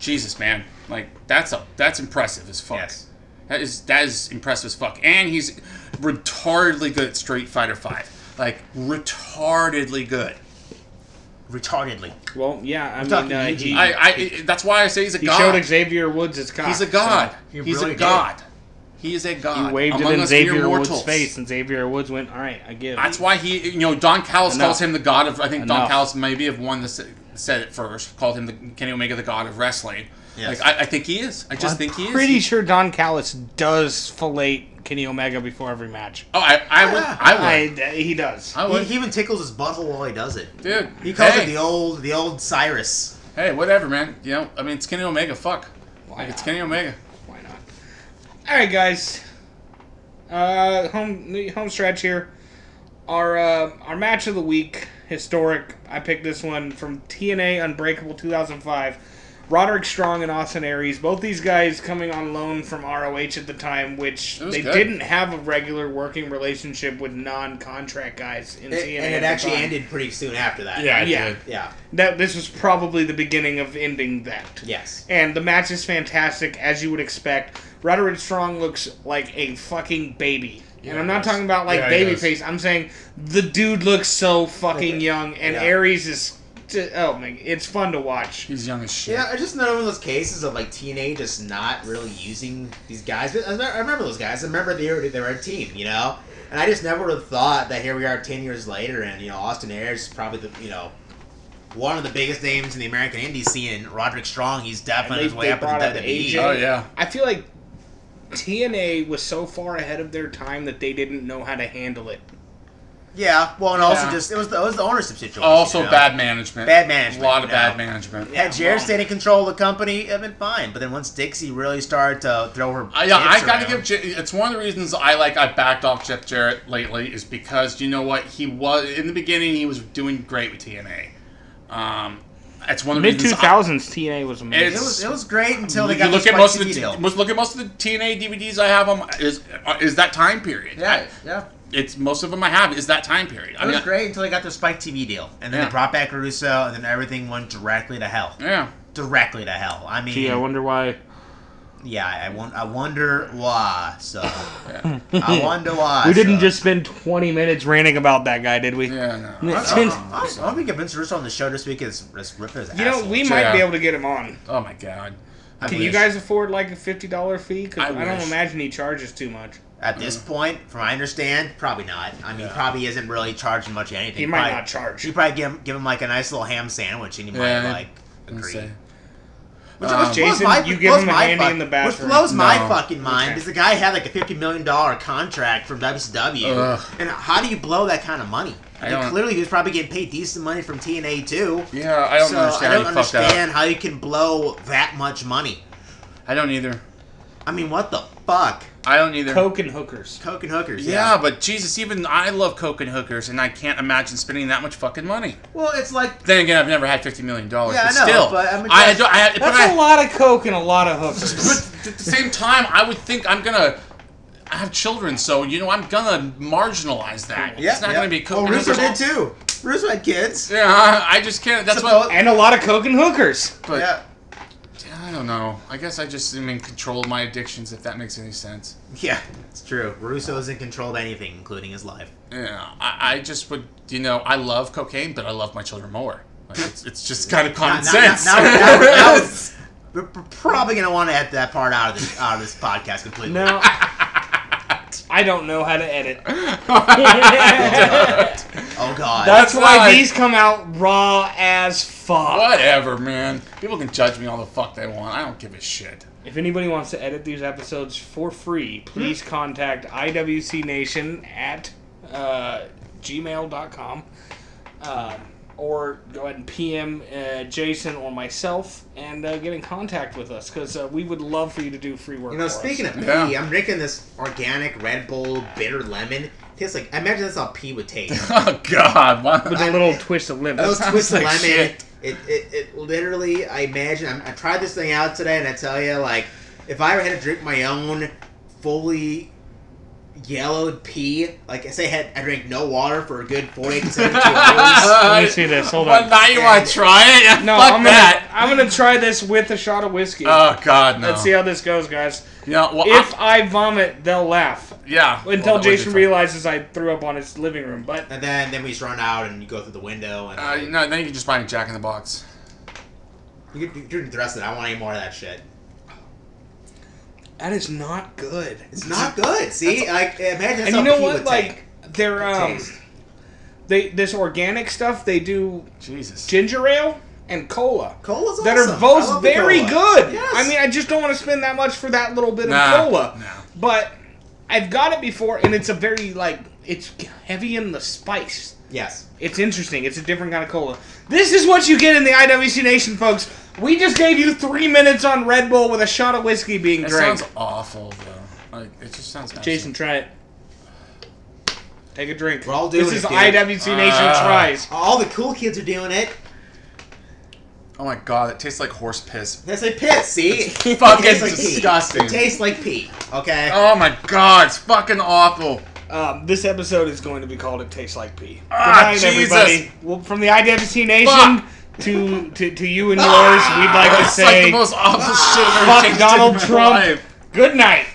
Speaker 3: Jesus, man, like that's a that's impressive as fuck.
Speaker 2: Yes.
Speaker 3: That is that is impressive as fuck, and he's retardedly good at Street Fighter Five, like retardedly good.
Speaker 2: Retardedly.
Speaker 1: well, yeah, I
Speaker 2: talking
Speaker 1: mean, uh,
Speaker 2: Eugene.
Speaker 1: he,
Speaker 3: I, I that's why I say he's a
Speaker 1: he
Speaker 3: god.
Speaker 1: showed Xavier Woods his cock.
Speaker 3: he's a god.
Speaker 2: He
Speaker 3: he's
Speaker 2: really
Speaker 3: a
Speaker 2: did.
Speaker 3: god. He is a
Speaker 1: so
Speaker 3: god.
Speaker 1: He waved it
Speaker 3: among
Speaker 1: in
Speaker 3: us mere
Speaker 1: Xavier Woods'
Speaker 3: mortals.
Speaker 1: face, and Xavier Woods went, "All right, I give." it."
Speaker 3: That's why he, you know, Don Callis
Speaker 1: Enough.
Speaker 3: calls him the god of. I think Don
Speaker 1: Enough.
Speaker 3: Callis maybe have one that said- said it first, called him the Kenny Omega the god of wrestling.
Speaker 2: Yes.
Speaker 3: Like I, I think he is. I just think he is.
Speaker 1: Pretty
Speaker 3: He-
Speaker 1: sure Don Callis does fillet Kenny Omega before every match.
Speaker 3: Oh, I, I would. I would.
Speaker 1: I,
Speaker 3: I,
Speaker 1: he does.
Speaker 2: He,
Speaker 3: would.
Speaker 2: Oh, he even tickles his butthole while he does it.
Speaker 3: Dude,
Speaker 2: He calls
Speaker 3: hey,
Speaker 2: it the old the old Cyrus.
Speaker 3: Hey, whatever, man. You know, I mean, it's Kenny Omega. Fuck. Like, it's
Speaker 1: not?
Speaker 3: Kenny Omega.
Speaker 1: Why not? All right, guys. Uh, home the home stretch here. Our uh, our match of the week, historic. I picked this one from TNA Unbreakable 2005. Roderick Strong and Austin Aries, both these guys coming on loan from ROH at the time, which
Speaker 3: It was
Speaker 1: they
Speaker 3: good.
Speaker 1: didn't have a regular working relationship with non-contract guys in
Speaker 2: It-
Speaker 1: TNA.
Speaker 2: and
Speaker 1: at
Speaker 2: it
Speaker 1: the
Speaker 2: actually
Speaker 1: time.
Speaker 2: ended pretty soon after that.
Speaker 3: Yeah, it
Speaker 1: Yeah.
Speaker 3: did.
Speaker 2: Yeah.
Speaker 1: That this was probably the beginning of ending that.
Speaker 2: Yes.
Speaker 1: And the match is fantastic, as you would expect. Roderick Strong looks like a fucking baby. and I'm
Speaker 4: he
Speaker 1: not
Speaker 4: does.
Speaker 1: talking about like
Speaker 4: Yeah, he
Speaker 1: baby
Speaker 4: does.
Speaker 1: face. I'm saying the dude looks so fucking
Speaker 2: Perfect.
Speaker 1: young, and
Speaker 2: Yeah.
Speaker 1: Aries is. T- oh man, it's fun to watch.
Speaker 3: He's young as shit.
Speaker 2: Yeah, it's just another one of those cases of like TNA just not really using these guys. But I remember- I remember those guys. I remember they were they were a team, you know. And I just never would have thought that here we are ten years later, and you know Austin Aries is probably the you know one of the biggest names in the American indie scene. And Roderick Strong, he's definitely on
Speaker 1: they-
Speaker 2: his way
Speaker 1: they
Speaker 2: up in
Speaker 1: brought up
Speaker 2: the E. WWE.
Speaker 1: AJ.
Speaker 3: Oh yeah.
Speaker 1: I feel like TNA was so far ahead of their time that they didn't know how to handle it.
Speaker 2: Yeah, well, and also
Speaker 3: Yeah.
Speaker 2: just it was the, it was the ownership situation.
Speaker 3: Also
Speaker 2: you know?
Speaker 3: bad management.
Speaker 2: Bad management,
Speaker 3: A lot of
Speaker 2: you
Speaker 3: bad
Speaker 2: know.
Speaker 3: management.
Speaker 2: Had Jared stayed in control of the company, it'd been fine. But then once Dixie really started to throw her,
Speaker 3: I, Uh, yeah, I
Speaker 2: hips
Speaker 3: gotta
Speaker 2: around-
Speaker 3: give. J- It's one of the reasons I like. I backed off Jeff Jarrett lately is because you know what he was in the beginning. He was doing great with TNA. Um, it's one of the
Speaker 1: Mid
Speaker 3: reasons.
Speaker 1: 2000s TNA was amazing.
Speaker 2: It
Speaker 3: It's-
Speaker 2: was it was great until they
Speaker 3: you
Speaker 2: got
Speaker 3: look
Speaker 2: the
Speaker 3: at most of
Speaker 2: Spike
Speaker 3: the
Speaker 2: Lee deal.
Speaker 3: most, look at most of the TNA DVDs I have on my, is uh, is that time period.
Speaker 2: Yeah, yeah.
Speaker 3: It's most of them I have is that time period. I
Speaker 2: It was
Speaker 3: mean,
Speaker 2: great until they got their Spike TV deal, and then
Speaker 3: Yeah.
Speaker 2: they brought back Russo, and then everything went directly to hell.
Speaker 3: Yeah.
Speaker 2: Directly to hell. I mean,
Speaker 1: Gee, I wonder why.
Speaker 2: yeah, I, I, won- I wonder why. So I wonder why.
Speaker 1: We didn't
Speaker 2: so.
Speaker 1: just spend 20 minutes ranting about that guy, did we?
Speaker 3: Yeah. No.
Speaker 2: I, I, I, I hope we get Vince Russo on the show this week. Is just rip his
Speaker 1: You know,
Speaker 2: asshole.
Speaker 1: we might be
Speaker 3: Yeah.
Speaker 1: able to get him on.
Speaker 3: Oh my god.
Speaker 2: I
Speaker 1: Can you
Speaker 2: wish.
Speaker 1: guys afford like a fifty dollar fee? Because
Speaker 3: I
Speaker 1: I, don't
Speaker 3: wish.
Speaker 1: imagine he charges too much.
Speaker 2: At this point, from what I understand, probably not. I mean,
Speaker 3: Yeah.
Speaker 2: probably isn't really charging much of anything.
Speaker 1: He might
Speaker 2: Probably-
Speaker 1: not charge.
Speaker 2: You probably give him, give him like a nice little ham sandwich, and he might
Speaker 3: Yeah.
Speaker 2: like agree.
Speaker 3: Insane.
Speaker 2: Which
Speaker 3: Um,
Speaker 2: blows
Speaker 1: Jason,
Speaker 2: my-
Speaker 1: you
Speaker 2: which
Speaker 1: give
Speaker 2: blows
Speaker 1: him a
Speaker 2: my
Speaker 1: handy
Speaker 2: fuck-
Speaker 1: in the bathroom.
Speaker 2: Which blows my
Speaker 3: No.
Speaker 2: fucking mind
Speaker 1: Okay.
Speaker 2: is the guy had like a fifty million dollar contract from WCW,
Speaker 3: Ugh.
Speaker 2: and how do you blow that kind of money?
Speaker 3: I
Speaker 2: And
Speaker 3: don't-
Speaker 2: clearly, he was probably getting paid decent money from TNA too.
Speaker 3: Yeah, I don't
Speaker 2: so
Speaker 3: understand.
Speaker 2: I don't
Speaker 3: how you fucked that up.
Speaker 2: understand how you can blow that much money.
Speaker 3: I don't either.
Speaker 2: I mean, what the fuck?
Speaker 3: I don't either.
Speaker 1: Coke and hookers.
Speaker 2: Coke and hookers.
Speaker 3: Yeah, but Jesus, even I love coke and hookers, and I can't imagine spending that much fucking money.
Speaker 2: Well, it's like
Speaker 3: Then again, I've never had fifty million dollars.
Speaker 2: Yeah,
Speaker 3: but
Speaker 2: I know,
Speaker 3: still,
Speaker 2: but I mean,
Speaker 3: I,
Speaker 2: that's-
Speaker 3: do- I, had- but,
Speaker 1: That's a
Speaker 3: I
Speaker 1: lot of coke and a lot of hookers.
Speaker 3: but at the same time, I would think I'm gonna. I have children, so you know I'm gonna marginalize that.
Speaker 2: yeah,
Speaker 3: it's not
Speaker 2: yeah.
Speaker 3: gonna be coke
Speaker 2: Well,
Speaker 3: and
Speaker 2: Russo did
Speaker 3: hookers.
Speaker 2: too. Russo had kids.
Speaker 3: Yeah, I- I just can't. That's
Speaker 2: So-
Speaker 3: what.
Speaker 1: and a lot of coke and hookers.
Speaker 3: But
Speaker 2: yeah.
Speaker 3: I don't know. I guess I just am in control of my addictions, if that makes any sense.
Speaker 2: Yeah, it's true. Russo's in control of anything, including his life.
Speaker 3: Yeah, I, I just would. You know, I love cocaine, but I love my children more. Like, it's, it's just kind of common
Speaker 2: Now- now-
Speaker 3: sense.
Speaker 2: now- now- now- now- We're we're probably gonna want to edit that part out of this out of this podcast completely.
Speaker 1: No. I don't know how to edit.
Speaker 2: Oh god.
Speaker 1: That's
Speaker 3: That's
Speaker 1: why
Speaker 3: why-
Speaker 1: these come out raw as fuck.
Speaker 3: Whatever, man. People can judge me all the fuck they want. I don't give a shit.
Speaker 1: If anybody wants to edit these episodes for free, please
Speaker 2: Hmm?
Speaker 1: contact IWCNation at uh, gmail.com uh, or go ahead and PM uh, Jason or myself and uh, get in contact with us because uh, we would love for you to do free work.
Speaker 2: you know,
Speaker 1: for us.
Speaker 2: speaking of pee,
Speaker 3: Yeah.
Speaker 2: I'm drinking this organic Red Bull bitter lemon. Tastes like I imagine that's how pee would taste.
Speaker 3: Oh God,
Speaker 1: with
Speaker 3: why?
Speaker 1: a little twist of lemon.
Speaker 2: Those
Speaker 3: sounds
Speaker 2: twist
Speaker 3: like
Speaker 2: lemon.
Speaker 3: shit.
Speaker 2: It, it it literally. I imagine. i I tried this thing out today, and I tell you, like, if I had to drink my own fully yellowed pee, like I say, had I drank no water for a good 48 to 72 hours.
Speaker 1: Let me see this. Hold
Speaker 3: Well,
Speaker 1: on.
Speaker 3: now you want to try it?
Speaker 1: No,
Speaker 3: fuck
Speaker 1: I'm gonna,
Speaker 3: that.
Speaker 1: I'm gonna try this with a shot of whiskey.
Speaker 3: Oh God, no.
Speaker 1: Let's see how this goes, guys.
Speaker 3: Yeah, well,
Speaker 1: If
Speaker 3: I-
Speaker 1: I vomit, they'll laugh
Speaker 3: yeah.
Speaker 1: until
Speaker 3: Well, that would be
Speaker 1: Jason
Speaker 3: fun.
Speaker 1: realizes I threw up on his living room. But
Speaker 2: And then then we just run out, and you go through the window, and
Speaker 3: Uh, no, then you can just buy me Jack in the Box.
Speaker 2: you can you can drink the rest of it. I want any more of that shit.
Speaker 1: that is not good.
Speaker 2: It's not good. See, like imagine that's
Speaker 1: and
Speaker 2: how
Speaker 1: you know
Speaker 2: pee
Speaker 1: what?
Speaker 2: would
Speaker 1: Like they're um,
Speaker 2: Taste.
Speaker 1: they this organic stuff they do
Speaker 3: Jesus.
Speaker 1: ginger ale and cola
Speaker 2: Cola's
Speaker 1: that
Speaker 2: awesome.
Speaker 1: are
Speaker 2: I
Speaker 1: both
Speaker 2: love the
Speaker 1: very
Speaker 2: cola.
Speaker 1: good.
Speaker 2: Yes.
Speaker 1: I mean, I just don't want to spend that much for that little bit
Speaker 3: Nah,
Speaker 1: of cola.
Speaker 3: nah.
Speaker 1: But I've got it before, and it's a very like it's heavy in the spice.
Speaker 2: yes.
Speaker 1: It's interesting. It's a different kind of cola. This is what you get in the IWC Nation, folks. We just gave you three minutes on Red Bull with a shot of whiskey being
Speaker 3: That
Speaker 1: drank.
Speaker 3: sounds awful, though. Like it just sounds.
Speaker 1: Jason, try it. Take a drink.
Speaker 2: We're all doing
Speaker 1: this is
Speaker 2: it, dude.
Speaker 1: IWC Nation
Speaker 3: Ah.
Speaker 1: tries.
Speaker 2: All the cool kids are doing it.
Speaker 3: Oh my god, it tastes like horse piss.
Speaker 2: That's like piss. See, It
Speaker 3: Fucking
Speaker 2: tastes like pee.
Speaker 3: disgusting.
Speaker 2: It tastes like pee. Okay.
Speaker 3: Oh my god, it's fucking awful.
Speaker 1: Um, this episode is going to be called "It Tastes Like Pee."
Speaker 3: Ah, Jesus.
Speaker 1: Well, from the IWC Nation
Speaker 3: Fuck.
Speaker 1: to, to to you and yours, we'd like to
Speaker 3: It's like
Speaker 1: say
Speaker 3: the most awful shit I've ever
Speaker 1: fuck
Speaker 3: tasted in
Speaker 1: Donald
Speaker 3: my
Speaker 1: Trump.
Speaker 3: life.
Speaker 1: good night.